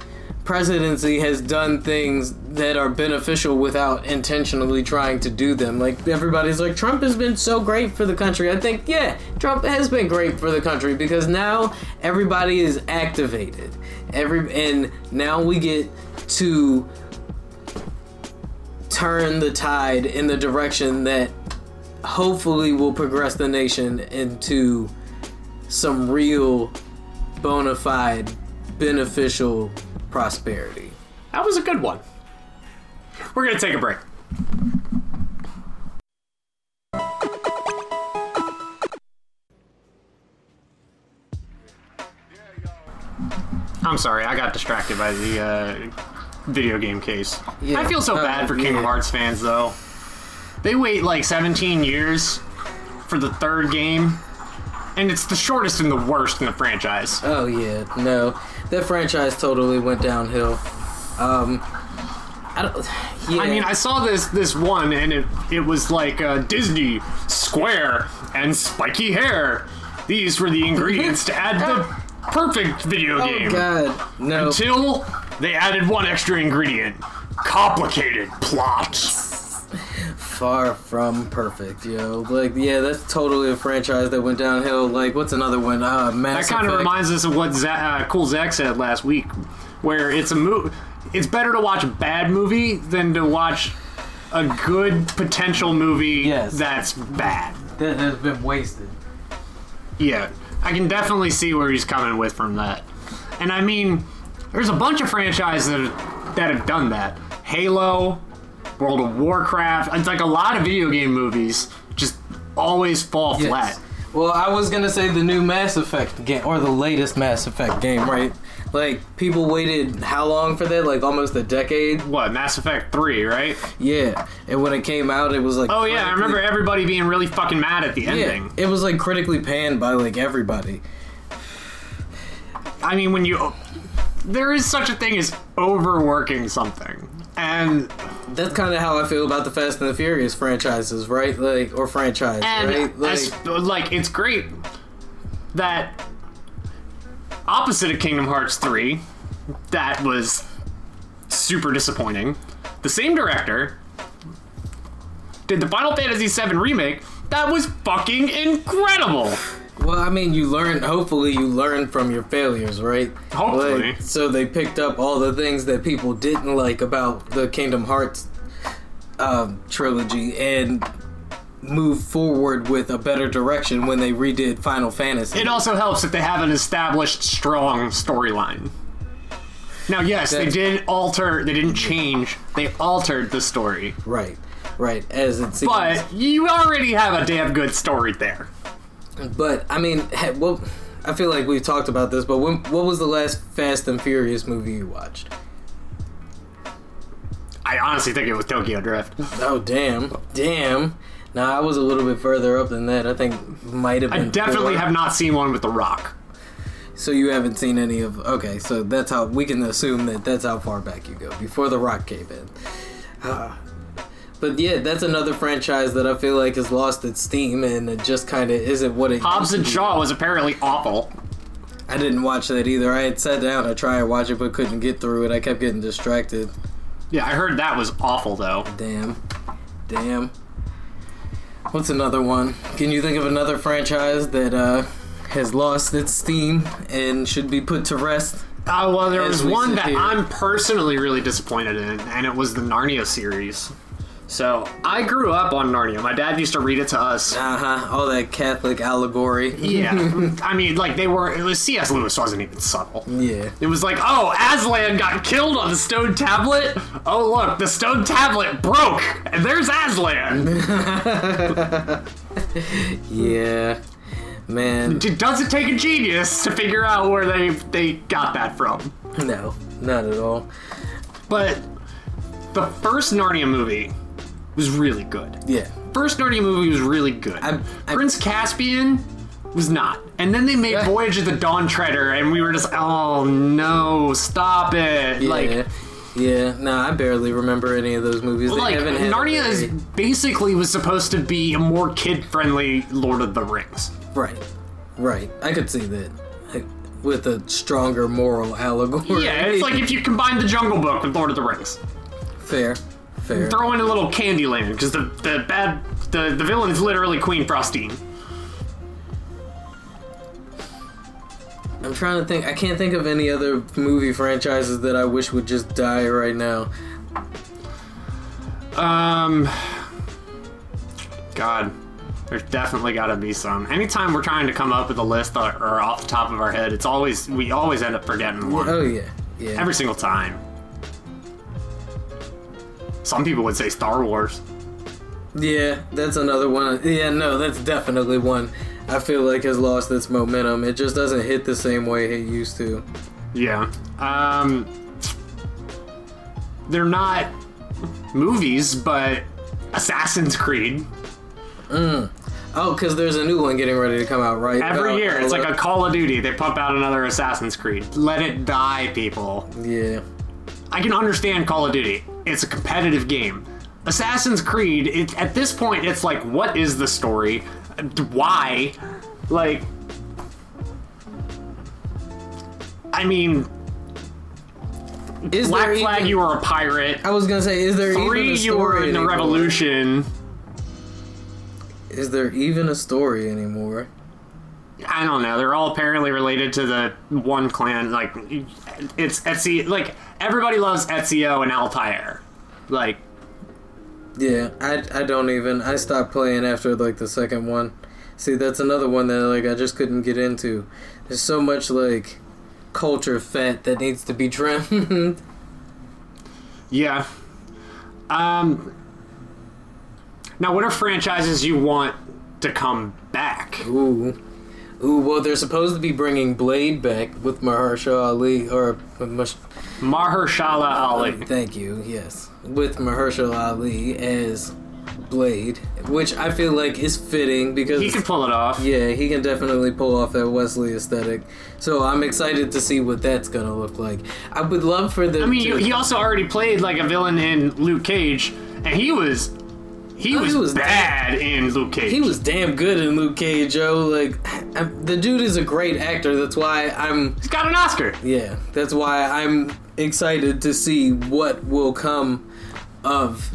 presidency has done things that are beneficial without intentionally trying to do them. Like everybody's like Trump has been so great for the country. I think yeah, Trump has been great for the country because now everybody is activated. Every and now we get to turn the tide in the direction that hopefully will progress the nation into some real bona fide beneficial prosperity. That was a good one. We're gonna take a break. I'm sorry, I got distracted by the uh, video game case. Yeah. I feel so Oh, bad for Kingdom yeah. Hearts fans, though. They wait like 17 years for the third game, and it's the shortest and the worst in the franchise. Oh yeah, no, that franchise totally went downhill. Um, I don't. Yeah, I mean, I saw this this one, and it it was like uh, Disney Square and spiky hair, These were the ingredients to add the perfect video game. Oh god, no. Until they added one extra ingredient. Complicated plot. Far from perfect, yo. Like, yeah, that's totally a franchise that went downhill. Like, what's another one? Uh, That Mass kind of Effect. reminds us of what Za uh, Cool Zach said last week, where it's a mo- It's better to watch a bad movie than to watch a good potential movie Yes. that's bad. That has been wasted. Yeah, I can definitely see where he's coming with from that. And I mean, there's a bunch of franchises that, that have done that. Halo, World of Warcraft. It's like a lot of video game movies just always fall Yes. flat. Well, I was gonna say the new Mass Effect game or the latest Mass Effect game, right? Like, people waited how long for that? Like almost a decade. What, Mass Effect 3, right? Yeah, and when it came out, it was like Oh, yeah, I critically- remember everybody being really fucking mad at the ending. Yeah, it was like critically panned by like everybody. I mean, when you. There is such a thing as overworking something. And That's kind of how I feel about the Fast and the Furious franchises, right? Like, or franchise, And right? Like, as- like, it's great that opposite of Kingdom Hearts 3, that was super disappointing. The same director did the Final Fantasy VII remake. That was fucking incredible. well, I mean, you learn. Hopefully, you learn from your failures, right? Hopefully. Like, so they picked up all the things that people didn't like about the Kingdom Hearts um, trilogy and moved forward with a better direction when they redid Final Fantasy. It also helps that they have an established, strong storyline. Now, yes, they That's- did alter. They didn't change. They altered the story, right, right, as it seems. but you already have a damn good story there. But I mean, he- well, I feel like we've talked about this. But when, what was the last Fast and Furious movie you watched? I honestly think it was Tokyo Drift. Oh damn, damn. Nah, I was a little bit further up than that. I think might have I been. definitely four. have not seen one with The Rock. So you haven't seen any of. Okay, so that's how we can assume that that's how far back you go before The Rock came in. Ah. but yeah, that's another franchise that I feel like has lost its steam and it just kind of isn't what it. Hobbs used and to be. Shaw was apparently awful. I didn't watch that either. I had sat down to try and watch it, but couldn't get through it. I kept getting distracted. Yeah, I heard that was awful though. Damn. Damn. What's another one? Can you think of another franchise that uh, has lost its steam and should be put to rest? Oh well, there As was we one sit that here. I'm personally really disappointed in, and it was the Narnia series. So I grew up on Narnia. My dad used to read it to us. Uh huh. All that Catholic allegory. Yeah, I mean, like they were. It was C.S. Lewis wasn't even subtle. Yeah. It was like, oh, Aslan got killed on the stone tablet. Oh, look, the stone tablet broke, and there's Aslan. Yeah. Man. it doesn't take a genius to figure out where they they got that from. No. Not at all. But the first Narnia movie was really good. Yeah. First Narnia movie was really good. I'm- I'm- Prince Caspian was not. And then they made Yeah. Voyage of the Dawn Treader, and we were just, oh no, stop it! Yeah. Like. yeah. No, I barely remember any of those movies. They like haven't had a Narnia is very- basically was supposed to be a more kid-friendly Lord of the Rings. Right. Right. I could see that. Like, With a stronger moral allegory. Yeah, it's like if you combine the Jungle Book with Lord of the Rings, Fair. Fair. throw in a little Candyland because the the bad the the villain is literally Queen Frostine. I'm trying to think. I can't think of any other movie franchises that I wish would just die right now. Um, God, there's definitely got to be some. Anytime we're trying to come up with a list or, or off the top of our head, it's always we always end up forgetting one Oh yeah, yeah. every single time. Some people would say Star Wars. Yeah, that's another one. Yeah, no, that's definitely one. I feel like has lost its momentum. It just doesn't hit the same way it used to. Yeah. Um, they're not movies, but Assassin's Creed. Oh, because there's a new one getting ready to come out, right? Oh, Every About- year, it's like a Call of Duty. They pump out another Assassin's Creed. Let it die, people. yeah, I can understand Call of Duty. It's a competitive game. Assassin's Creed, it, at this point, it's like, what is the story? Why? Like, I mean, Is there Black Flag, even, you were a pirate. I was gonna say, is there even Three, a you were story in the anymore? revolution. Is there even a story anymore? I don't know. They're all apparently related to the one clan. Like, it's Etsy. Like, everybody loves Ezio and Altair. Like, Yeah, I, I don't even. I stopped playing after like the second one. See, that's another one that like I just couldn't get into. There's so much like culture fat that needs to be trimmed. yeah. Um. Now, what are franchises you want to come back? Ooh. Ooh, well, they're supposed to be bringing Blade back with Mahershala Ali, or with Mash- Mahershala Ali. Mm-hmm. Thank you. Yes, with Mahershala Ali as Blade, which I feel like is fitting because He can pull it off. yeah, he can definitely pull off that Wesley aesthetic. So I'm excited to see what that's gonna look like. I would love for them. I mean, to, you- he also already played like a villain in Luke Cage, and he was he, Oh, was, he was bad in Luke Cage. he was damn good in Luke Cage, yo. Like, I, the dude is a great actor. That's why I'm. He's got an Oscar. Yeah, that's why I'm excited to see what will come of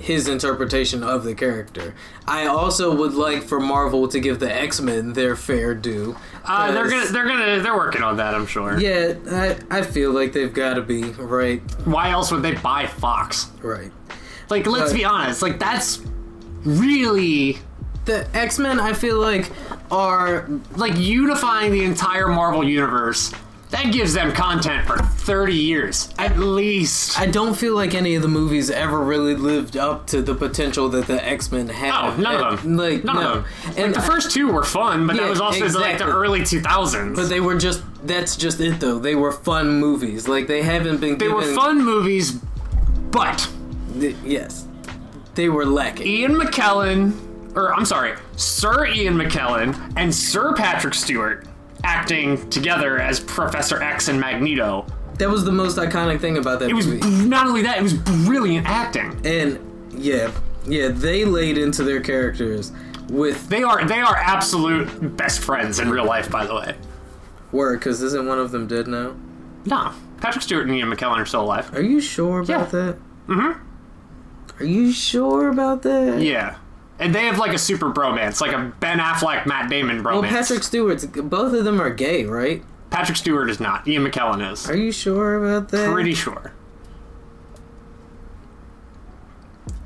his interpretation of the character. I also would like for Marvel to give the X Men their fair due. Uh, they're 'cause- gonna they're gonna they're working on that. I'm sure. Yeah, I, I feel like they've got to be right, Why else would they buy Fox? right. Like, let's Right. be honest. Like, that's really The X Men, I feel like, are like unifying the entire Marvel universe. That gives them content for 30 years at least. I don't feel like any of the movies ever really lived up to the potential that the X Men Oh, had. none of them. Like none no. of them. Like, And the first two were fun, but Yeah, that was also like the exactly. early 2000s. But they were just. That's just it, though. They were fun movies. Like they haven't been. They were fun movies, but yes, they were lacking. Ian McKellen, or I'm sorry, Sir Ian McKellen and Sir Patrick Stewart acting together as Professor X and Magneto. That was the most iconic thing about that It was movie. br- not only that, it was brilliant acting. and yeah, yeah, they laid into their characters with They are they are absolute best friends in real life, by the way. work. Cause isn't one of them dead now? No, Patrick Stewart and Ian McKellen are still alive. Are you sure about Yeah. that? Mm-hmm. Are you sure about that? Yeah. And they have like a super bromance, like a Ben Affleck, Matt Damon bromance. Well, Patrick Stewart's. Both of them are gay, right? Patrick Stewart is not. Ian McKellen is. Are you sure about that? Pretty sure.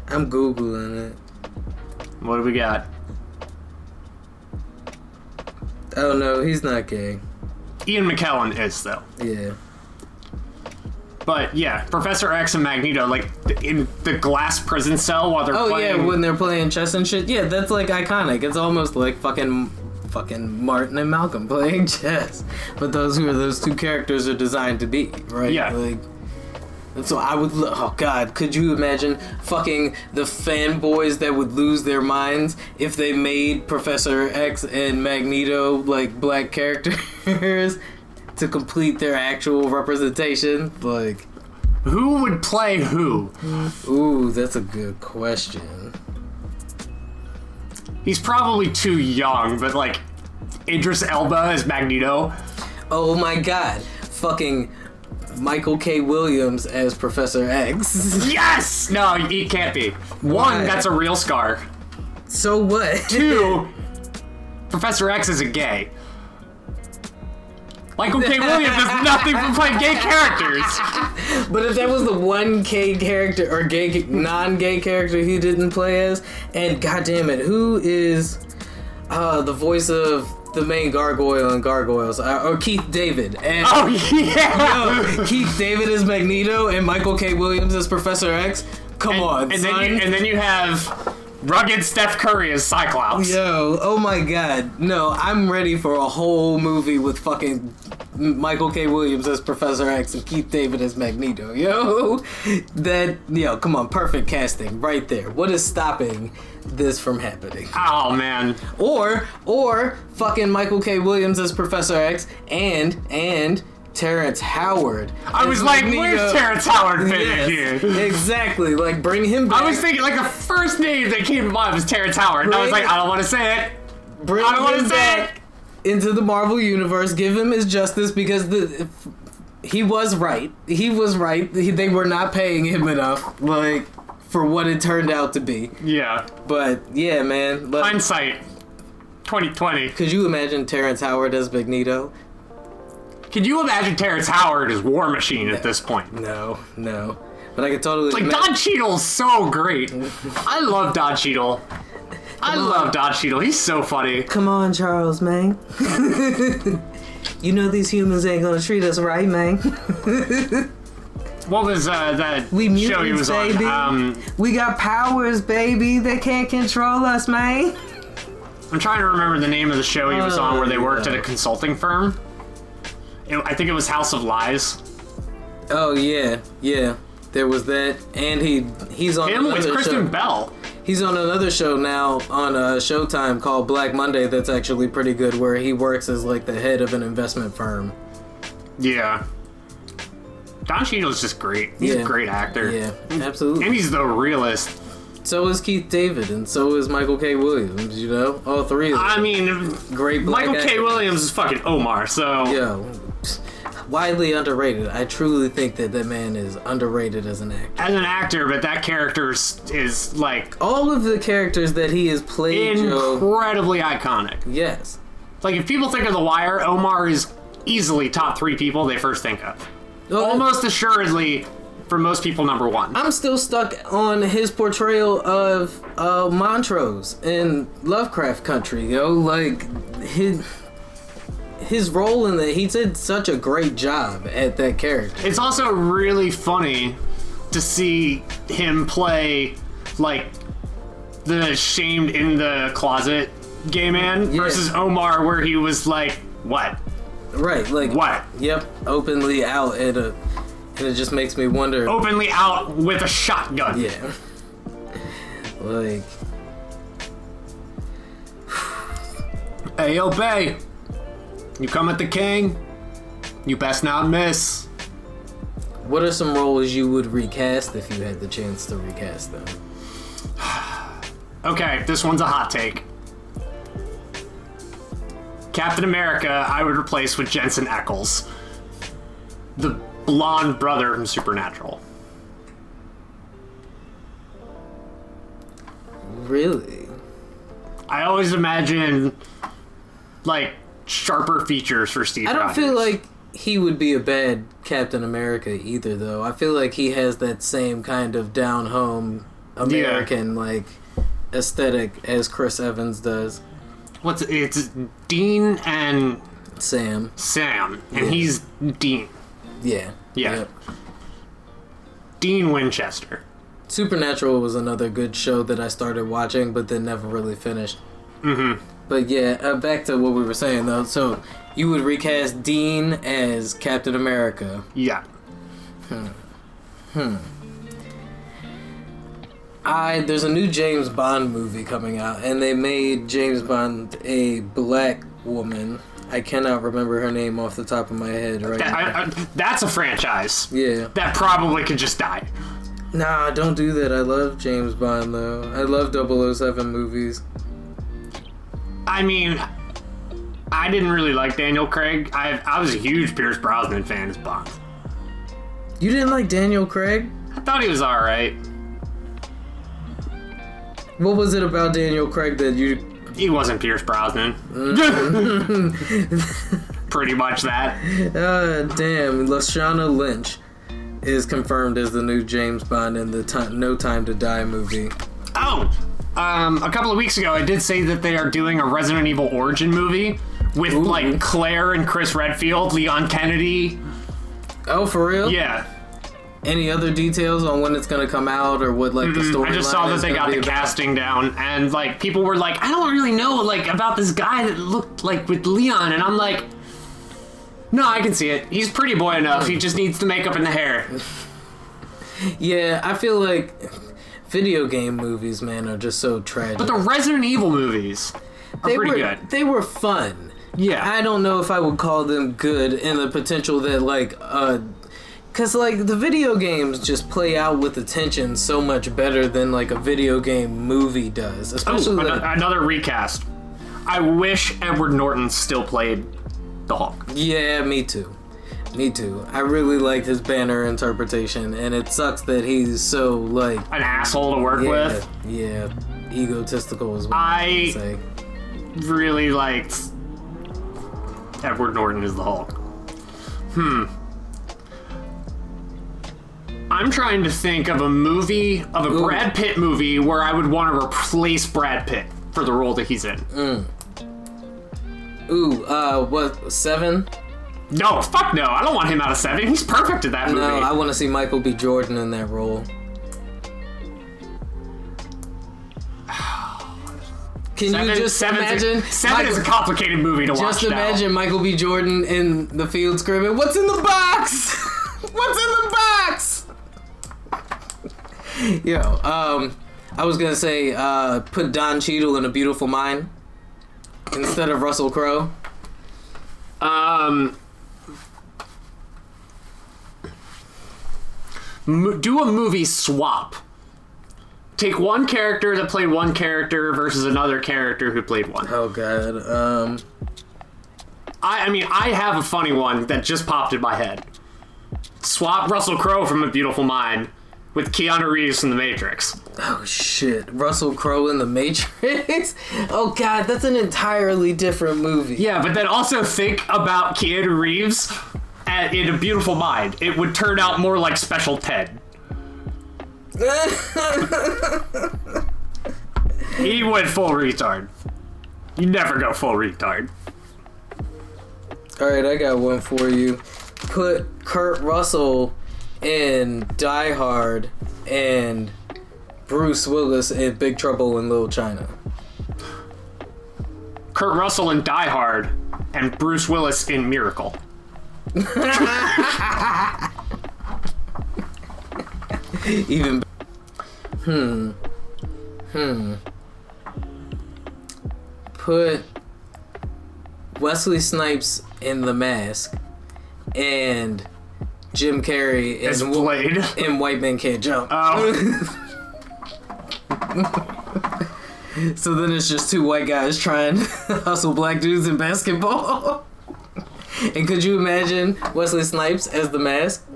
I'm googling it. What do we got? Oh no, he's not gay. Ian McKellen is though. Yeah. But yeah, Professor X and Magneto, like th- in the glass prison cell while they're Oh playing. yeah, when they're playing chess and shit. Yeah, that's like iconic. It's almost like fucking fucking Martin and Malcolm playing chess. But those who are those two characters are designed to be, right? Yeah. Like and so I would lo- oh god, could you imagine fucking the fanboys that would lose their minds if they made Professor X and Magneto like black characters to complete their actual representation? Like who would play who? Ooh, that's a good question. He's probably too young, but like Idris Elba as Magneto. Oh my god. Fucking Michael K. Williams as Professor X. Yes! No, he can't be. Why? One, that's a real scar. So what? Two, Professor X is a gay. Michael K. Williams is nothing for playing gay characters. But if that was the one K character or gay non-gay character he didn't play as, and goddamn it, who is uh, the voice of the main gargoyle in Gargoyles? Uh, or Keith David? And Oh yeah. Yo, Keith David is Magneto and Michael K. Williams is Professor X. Come on, and son. then you, and then you have rugged Steph Curry as Cyclops. Yo, oh my god. No, I'm ready for a whole movie with fucking Michael K. Williams as Professor X and Keith David as Magneto. Yo, that, yo, come on, perfect casting right there. What is stopping this from happening? Oh man. Or, or fucking Michael K. Williams as Professor X and, and Terrence Howard. I was like, uh, where's Terrence Howard fit in here? Exactly, like bring him back. I was thinking, like, the first name that came to mind was Terrence Howard, and I was Right? like, I don't want to say it. Bring I don't wanna him say back. it. into the Marvel universe, give him his justice because the he was right. He was right. He, they were not paying him enough, like for what it turned out to be. Yeah. But yeah, man. But, Hindsight. 2020. could you imagine Terrence Howard as Magneto? Could you imagine Terrence Howard as War Machine at this point? No, no. But I could totally Like ima- Don Cheadle's so great. I love Don Cheadle. I love Don Cheadle. He's so funny. Come on, Charles, man. you know these humans ain't gonna treat us right, man. What was uh, that We show he mutants, was baby. on? Um, We got powers, baby. They can't control us, man. I'm trying to remember the name of the show he was on where they worked Oh, at a consulting firm. It, I think it was House of Lies. Oh yeah, yeah. There was that, and he he's on Him with another Kristen show. Bell. He's on another show now on uh, Showtime called Black Monday. That's actually pretty good, where he works as like the head of an investment firm. Yeah. Don Cheadle's just great. He's Yeah. a great actor. Yeah, Hmm. absolutely. And he's the realist. so is Keith David, and so is Michael K. Williams. You know, all three of them. I mean, Great black Michael K. actors. Williams is fucking Omar, so. Yo, psst, widely underrated. I truly think that that man is underrated as an actor. As an actor, but that character is, is like All of the characters that he has played, Joe. incredibly iconic. Yes. Like, if people think of The Wire, Omar is easily top three people they first think of. Well, Almost assuredly, for most people, number one. I'm still stuck on his portrayal of uh, Montrose in Lovecraft Country, yo. Like his his role in that, he did such a great job at that character. It's also really funny to see him play like the shamed in the closet gay man Yeah. versus Omar, where he was like, "What? Right, like What? Yep, openly out at a, and it just makes me wonder. Openly out with a shotgun." Yeah, like Hey, obey. You come at the king. You best not miss. what are some roles you would recast if you had the chance to recast them? Okay, this one's a hot take. Captain America, I would replace with Jensen Ackles, the blonde brother from Supernatural. Really? I always imagine like sharper features for Steve. I don't Rogers. feel like he would be a bad Captain America either, though. I feel like he has that same kind of down home American like aesthetic as Chris Evans does. what's it's Dean and Sam, Sam, and he's Dean. yeah, Yeah. Yep. Dean Winchester. Supernatural was another good show that I started watching, but then never really finished. Mm-hmm. But yeah, uh, back to what we were saying though. So you would recast Dean as Captain America. Yeah. I there's a new James Bond movie coming out, and they made James Bond a black woman. I cannot remember her name off the top of my head right That- now. I- I- that's a franchise. Yeah. That probably could just die. Nah, don't do that. I love James Bond though. I love 007 movies. I mean, I didn't really like Daniel Craig. I I was a huge Pierce Brosnan fan as Bond. You didn't like Daniel Craig? I thought he was all right. What was it about Daniel Craig that you He wasn't Pierce Brosnan. Pretty much that. uh damn, Lashana Lynch is confirmed as the new James Bond in the ti No Time to Die movie. Oh, um, a couple of weeks ago, I did say that they are doing a Resident Evil Origin movie with like Claire and Chris Redfield, Leon Kennedy. Oh, for real? Yeah, Any other details on when it's gonna come out or what like the story? Mm-hmm. I just saw that they got the casting down, and like people were like, I don't really know like about this guy that looked like with Leon, and I'm like. No, I can see it. He's pretty boy enough. He just needs the makeup and the hair. Yeah, I feel like video game movies, man, are just so tragic. But the Resident Evil movies are they pretty were good. they were fun. Yeah. I don't know if I would call them good in the potential that like uh cuz like the video games just play out with attention so much better than like a video game movie does. Ooh, Especially ano- like, another recast. I wish Edward Norton still played the Hulk. Yeah, me too. Me too. I really liked his banner interpretation, and it sucks that he's so like An asshole to work yeah, with. yeah, egotistical as well. I- Really liked Edward Norton as the Hulk. Hmm. I'm trying to think of a movie, of a Ooh. Brad Pitt movie, where I would want to replace Brad Pitt for the role that he's in. Uh. Ooh, uh, what seven? No, fuck no. I don't want him out of seven. He's perfect in that movie. No, I want to see Michael B. Jordan in that role. Can you just seven's a- imagine? seven is a Michael- complicated movie to watch. Just imagine Michael B. Jordan in the field screaming, "What's in the box? What's in the box?" Yo, um, I was gonna say, uh, put Don Cheadle in A Beautiful Mind instead of Russell Crowe. Now. Um, mo- do a movie swap. Take one character that played one character versus another character who played one. Oh God, um, I, I mean, I have a funny one that just popped in my head. Swap Russell Crowe from A Beautiful Mind with Keanu Reeves from The Matrix. oh shit, Russell Crowe in The Matrix. oh God, that's an entirely different movie. Yeah, but then also think about Keanu Reeves at, in A Beautiful Mind. It would turn out more like Special Ted. he went full retard. You never go full retard. All right, I got one for you. Put Kurt Russell in Die Hard and Bruce Willis in Big Trouble in Little China. Kurt Russell in Die Hard and Bruce Willis in Miracle. Even hmm hmm. Put Wesley Snipes in The Mask and Jim Carrey in, As Wo- Blade. in White Men Can't Jump. Oh, So then it's just two white guys trying to hustle black dudes in basketball. and could you imagine Wesley Snipes as the mask?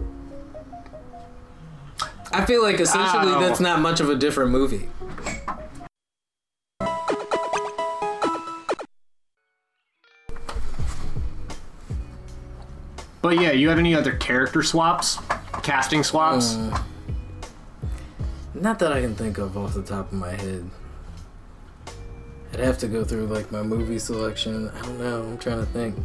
I feel like essentially Ow. that's not much of a different movie. but yeah, you have any other character swaps? Casting swaps? Not that I can think of off the top of my head. I'd have to go through like my movie selection. I don't know. I'm trying to think.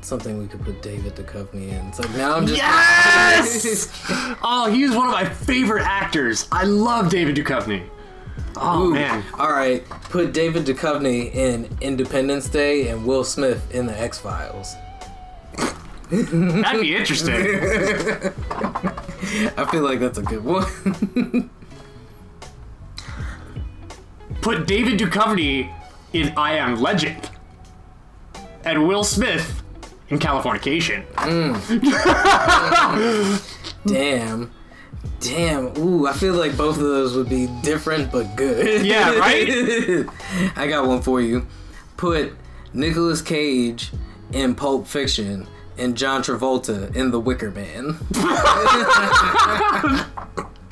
Something we could put David Duchovny in. So now I'm just Yes! oh, he was one of my favorite actors. I love David Duchovny. Oh Ooh, man, All right, put David Duchovny in Independence Day and Will Smith in the X Files. that'd be interesting. I feel like that's a good one. Put David Duchovny in I Am Legend, and Will Smith in Californication. Damn. Damn. Ooh, I feel like both of those would be different but good. Yeah, right? I got one for you. Put Nicolas Cage in Pulp Fiction and John Travolta in The Wicker Man.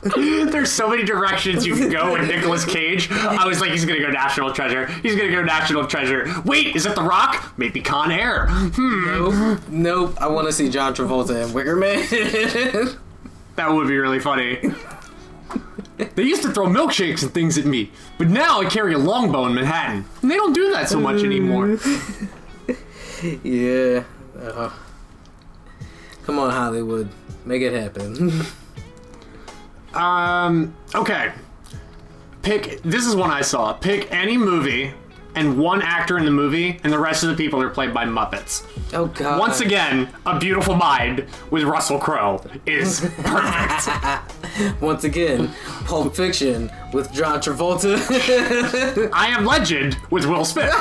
There's so many directions you can go with Nicolas Cage. I was like, he's gonna go National Treasure. He's gonna go National Treasure. Wait, is it The Rock? Maybe Con Air. nope. Nope. I want to see John Travolta in Wicker Man. That would be really funny. they used to throw milkshakes and things at me, but now I carry a longbow in Manhattan. And they don't do that so much anymore. Yeah. Uh, come on, Hollywood. Make it happen. Um, okay. Pick this is one I saw. Pick any movie and one actor in the movie, and the rest of the people are played by Muppets. oh, God. Once again, A Beautiful Mind with Russell Crowe is perfect. Once again, Pulp Fiction with John Travolta. I Am Legend with Will Smith.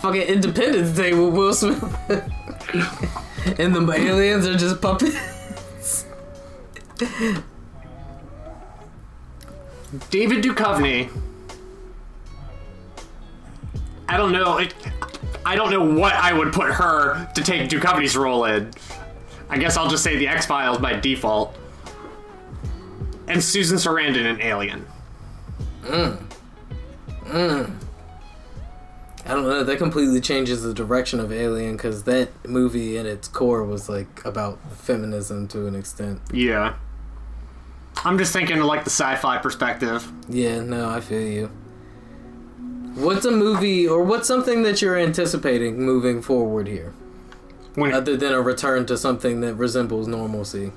Fucking Independence Day with Will Smith. and the aliens are just puppets. David Duchovny. I don't know. It, I don't know what I would put her to take Duchovny's role in. I guess I'll just say the X Files by default. And Susan Sarandon in Alien. I don't know. That completely changes the direction of Alien because that movie, in its core, was like about feminism to an extent. Yeah. I'm just thinking like the sci-fi perspective. Yeah, no, I feel you. What's a movie or what's something that you're anticipating moving forward here, When other than a return to something that resembles normalcy?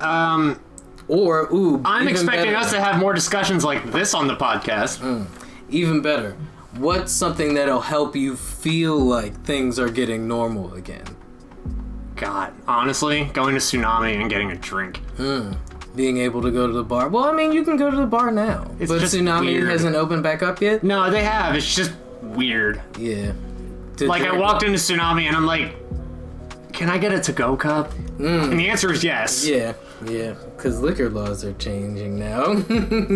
um, Or ooh, I'm even expecting better, Mm. us to have more discussions like this on the podcast. even better. What's something that'll help you feel like things are getting normal again? God, honestly, going to tsunami and getting a drink. Being able to go to the bar. Well, I mean, you can go to the bar now, It's but just tsunami weird. hasn't opened back up yet. No, they have. It's just weird. Yeah. To Like I drink- walked into tsunami and I'm like, can I get a to-go cup? And the answer is yes. Yeah, yeah. Because liquor laws are changing now.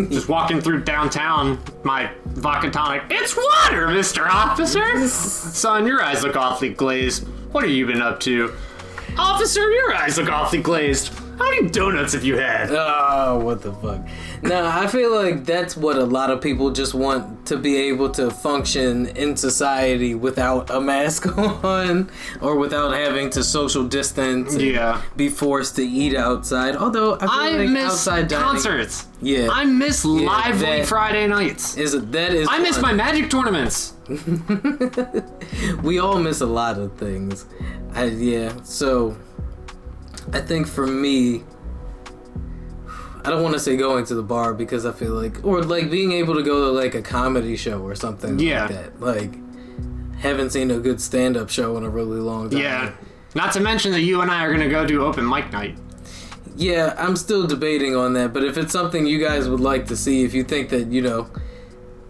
Just walking through downtown, my vodka tonic. It's water, Mr. Officer. Son, your eyes look awfully glazed. What have you been up to? Officer, your eyes look awfully glazed. How many donuts have you had? oh, what the fuck? No, I feel like that's what a lot of people just want to be able to function in society without a mask on or without having to social distance. and Yeah. Be forced to eat outside. Although I feel I like miss outside dining concerts. Yeah. I miss lively that- Friday nights. is that is I miss fun. my magic tournaments. we all miss a lot of things. I, yeah, so I think for me, I don't want to say going to the bar because I feel like, or like being able to go to like a comedy show or something Yeah. like that. Like, haven't seen a good stand up show in a really long time. Yeah. Not to mention that you and I are gonna go do open mic night. Yeah, I'm still debating on that, but if it's something you guys would like to see, if you think that, you know,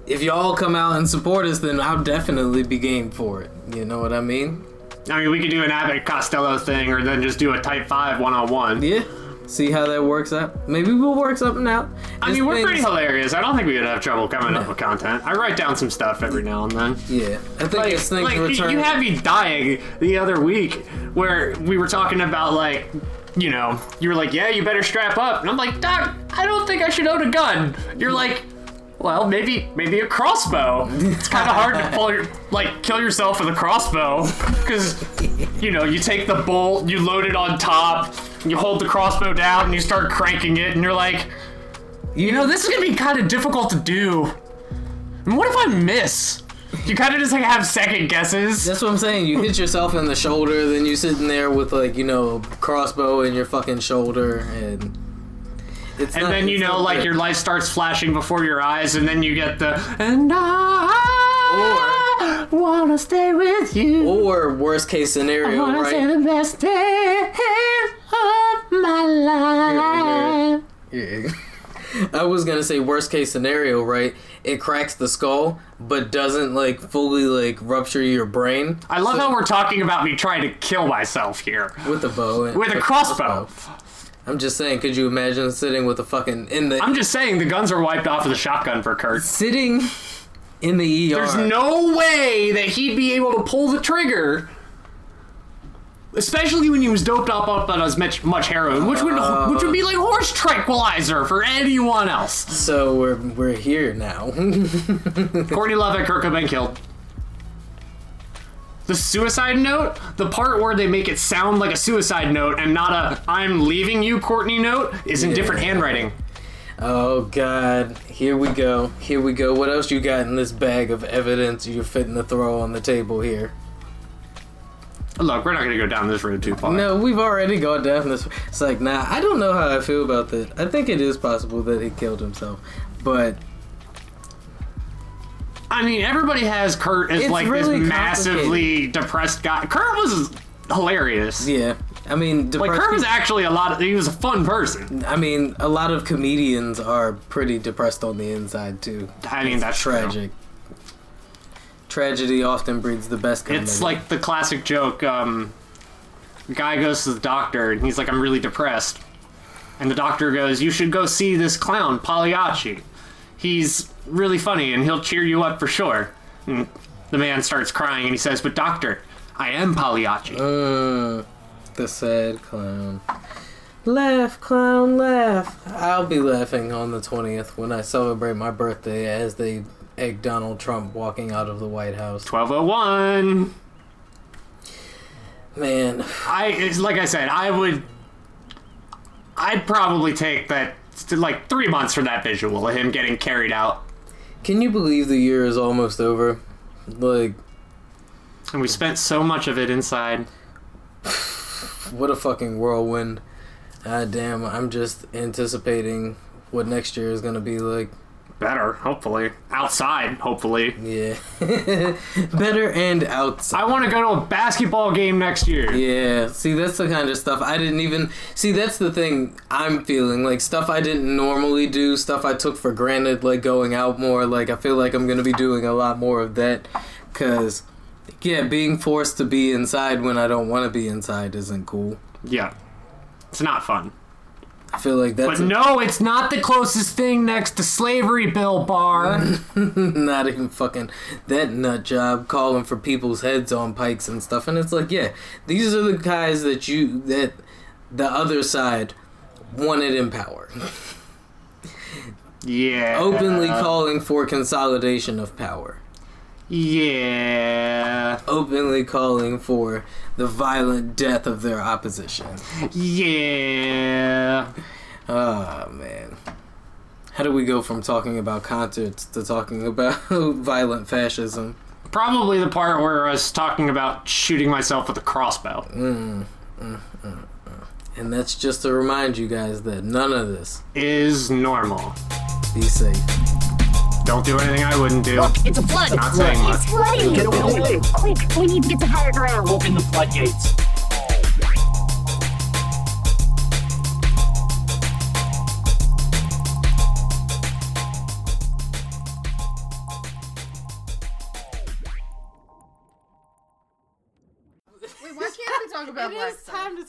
if y'all come out and support us, then I'll definitely be game for it. You know what I mean? I mean, we could do an Abbott Costello thing, or then just do a Type Five one on one. Yeah. See how that works out. Maybe we'll work something out. I This mean, we're pretty thing's- hilarious. I don't think we would have trouble coming up with content. I write down some stuff every now and then. Yeah. I think Like, this thing's like, return. you had me dying the other week where we were talking about like, you know, you were like, yeah, you better strap up, and I'm like, Doc, I don't think I should own a gun. You're like, well, maybe maybe a crossbow. It's kind of hard to pull your, like kill yourself with a crossbow because you know you take the bolt, you load it on top, you hold the crossbow down, and you start cranking it, and you're like, you know, this is gonna be kind of difficult to do. And what if I miss? You kind of just like have second guesses. That's what I'm saying. You hit yourself in the shoulder, then you sitting there with like you know a crossbow in your fucking shoulder, and it's And not- then you it's know, not like good. your life starts flashing before your eyes, and then you get the and I wanna stay with you. or worst case scenario, wanna say Oh, right? the best day of my life. Yeah. I was gonna say worst case scenario, right? It cracks the skull, but doesn't like fully like rupture your brain I love how we're talking about me trying to kill myself here with a bow. and- with a crossbow. I'm just saying, could you imagine sitting with a fucking in the I'm just saying the guns are wiped off of the shotgun for Kurt. sitting in the ER? There's no way that he'd be able to pull the trigger. Especially when he was doped up up on as much much heroin, which would which would be like horse tranquilizer for anyone else. so we're we're here now. Courtney Love and Kurt Cobain killed. The suicide note, the part where they make it sound like a suicide note and not a "I'm leaving you, Courtney" note, is in different handwriting. oh God, here we go, here we go. What else you got in this bag of evidence you're fitting to throw on the table here? Look, we're not gonna go down this road too far. No, we've already gone down this. It's like, nah, I don't know how I feel about this. I think it is possible that he killed himself, but I mean, everybody has Kurt as It's like really this massively depressed guy. Kurt was hilarious. yeah, I mean, Like depressed Kurt was people- actually a lot. Of, he was a fun person. I mean, a lot of comedians are pretty depressed on the inside too. I mean, that's true. tragic. Tragedy often breeds the best comedy. It's like the classic joke. Um, guy goes to the doctor and he's like, "I'm really depressed." and the doctor goes, "You should go see this clown, Pagliacci. He's really funny, and he'll cheer you up for sure." And the man starts crying, and he says, "But doctor, I am Pagliacci." Uh, the sad clown. Laugh, clown, laugh. I'll be laughing on the 20th when I celebrate my birthday as they egg Donald Trump walking out of the White House. Twelve oh one. Man, I it's, like I said, I would. I'd probably take that like three months for that visual of him getting carried out, can you believe the year is almost over? Like, and we spent so much of it inside. what a fucking whirlwind. Ah, damn, I'm just anticipating what next year is gonna be like. Better, hopefully. Outside, hopefully. Yeah. Better and outside. I want to go to a basketball game next year. Yeah, see, that's the kind of stuff I didn't even see. That's the thing I'm feeling like stuff I didn't normally do, stuff I took for granted, like going out more. Like, I feel like I'm gonna be doing a lot more of that because, yeah, being forced to be inside when I don't want to be inside isn't cool. Yeah. It's not fun. I feel like that's But no, it's not the closest thing next to slavery bill bar. not even fucking that nut job calling for people's heads on pikes and stuff. And it's like, yeah, these are the guys that you that the other side wanted in power. yeah. openly calling for consolidation of power, Yeah. Oh. openly calling for the violent death of their opposition. Yeah. Ah, man. How do we go from talking about concerts to talking about violent fascism? Probably the part where I was talking about shooting myself with a crossbow. And that's just to remind you guys that none of this Is normal. be safe. Don't do anything I wouldn't do. It's a flood. Not saying much. It's flooding. Get away. Quick, we need to get to higher ground. Open the floodgates. Wait, why can't we talk about Black Sabbath?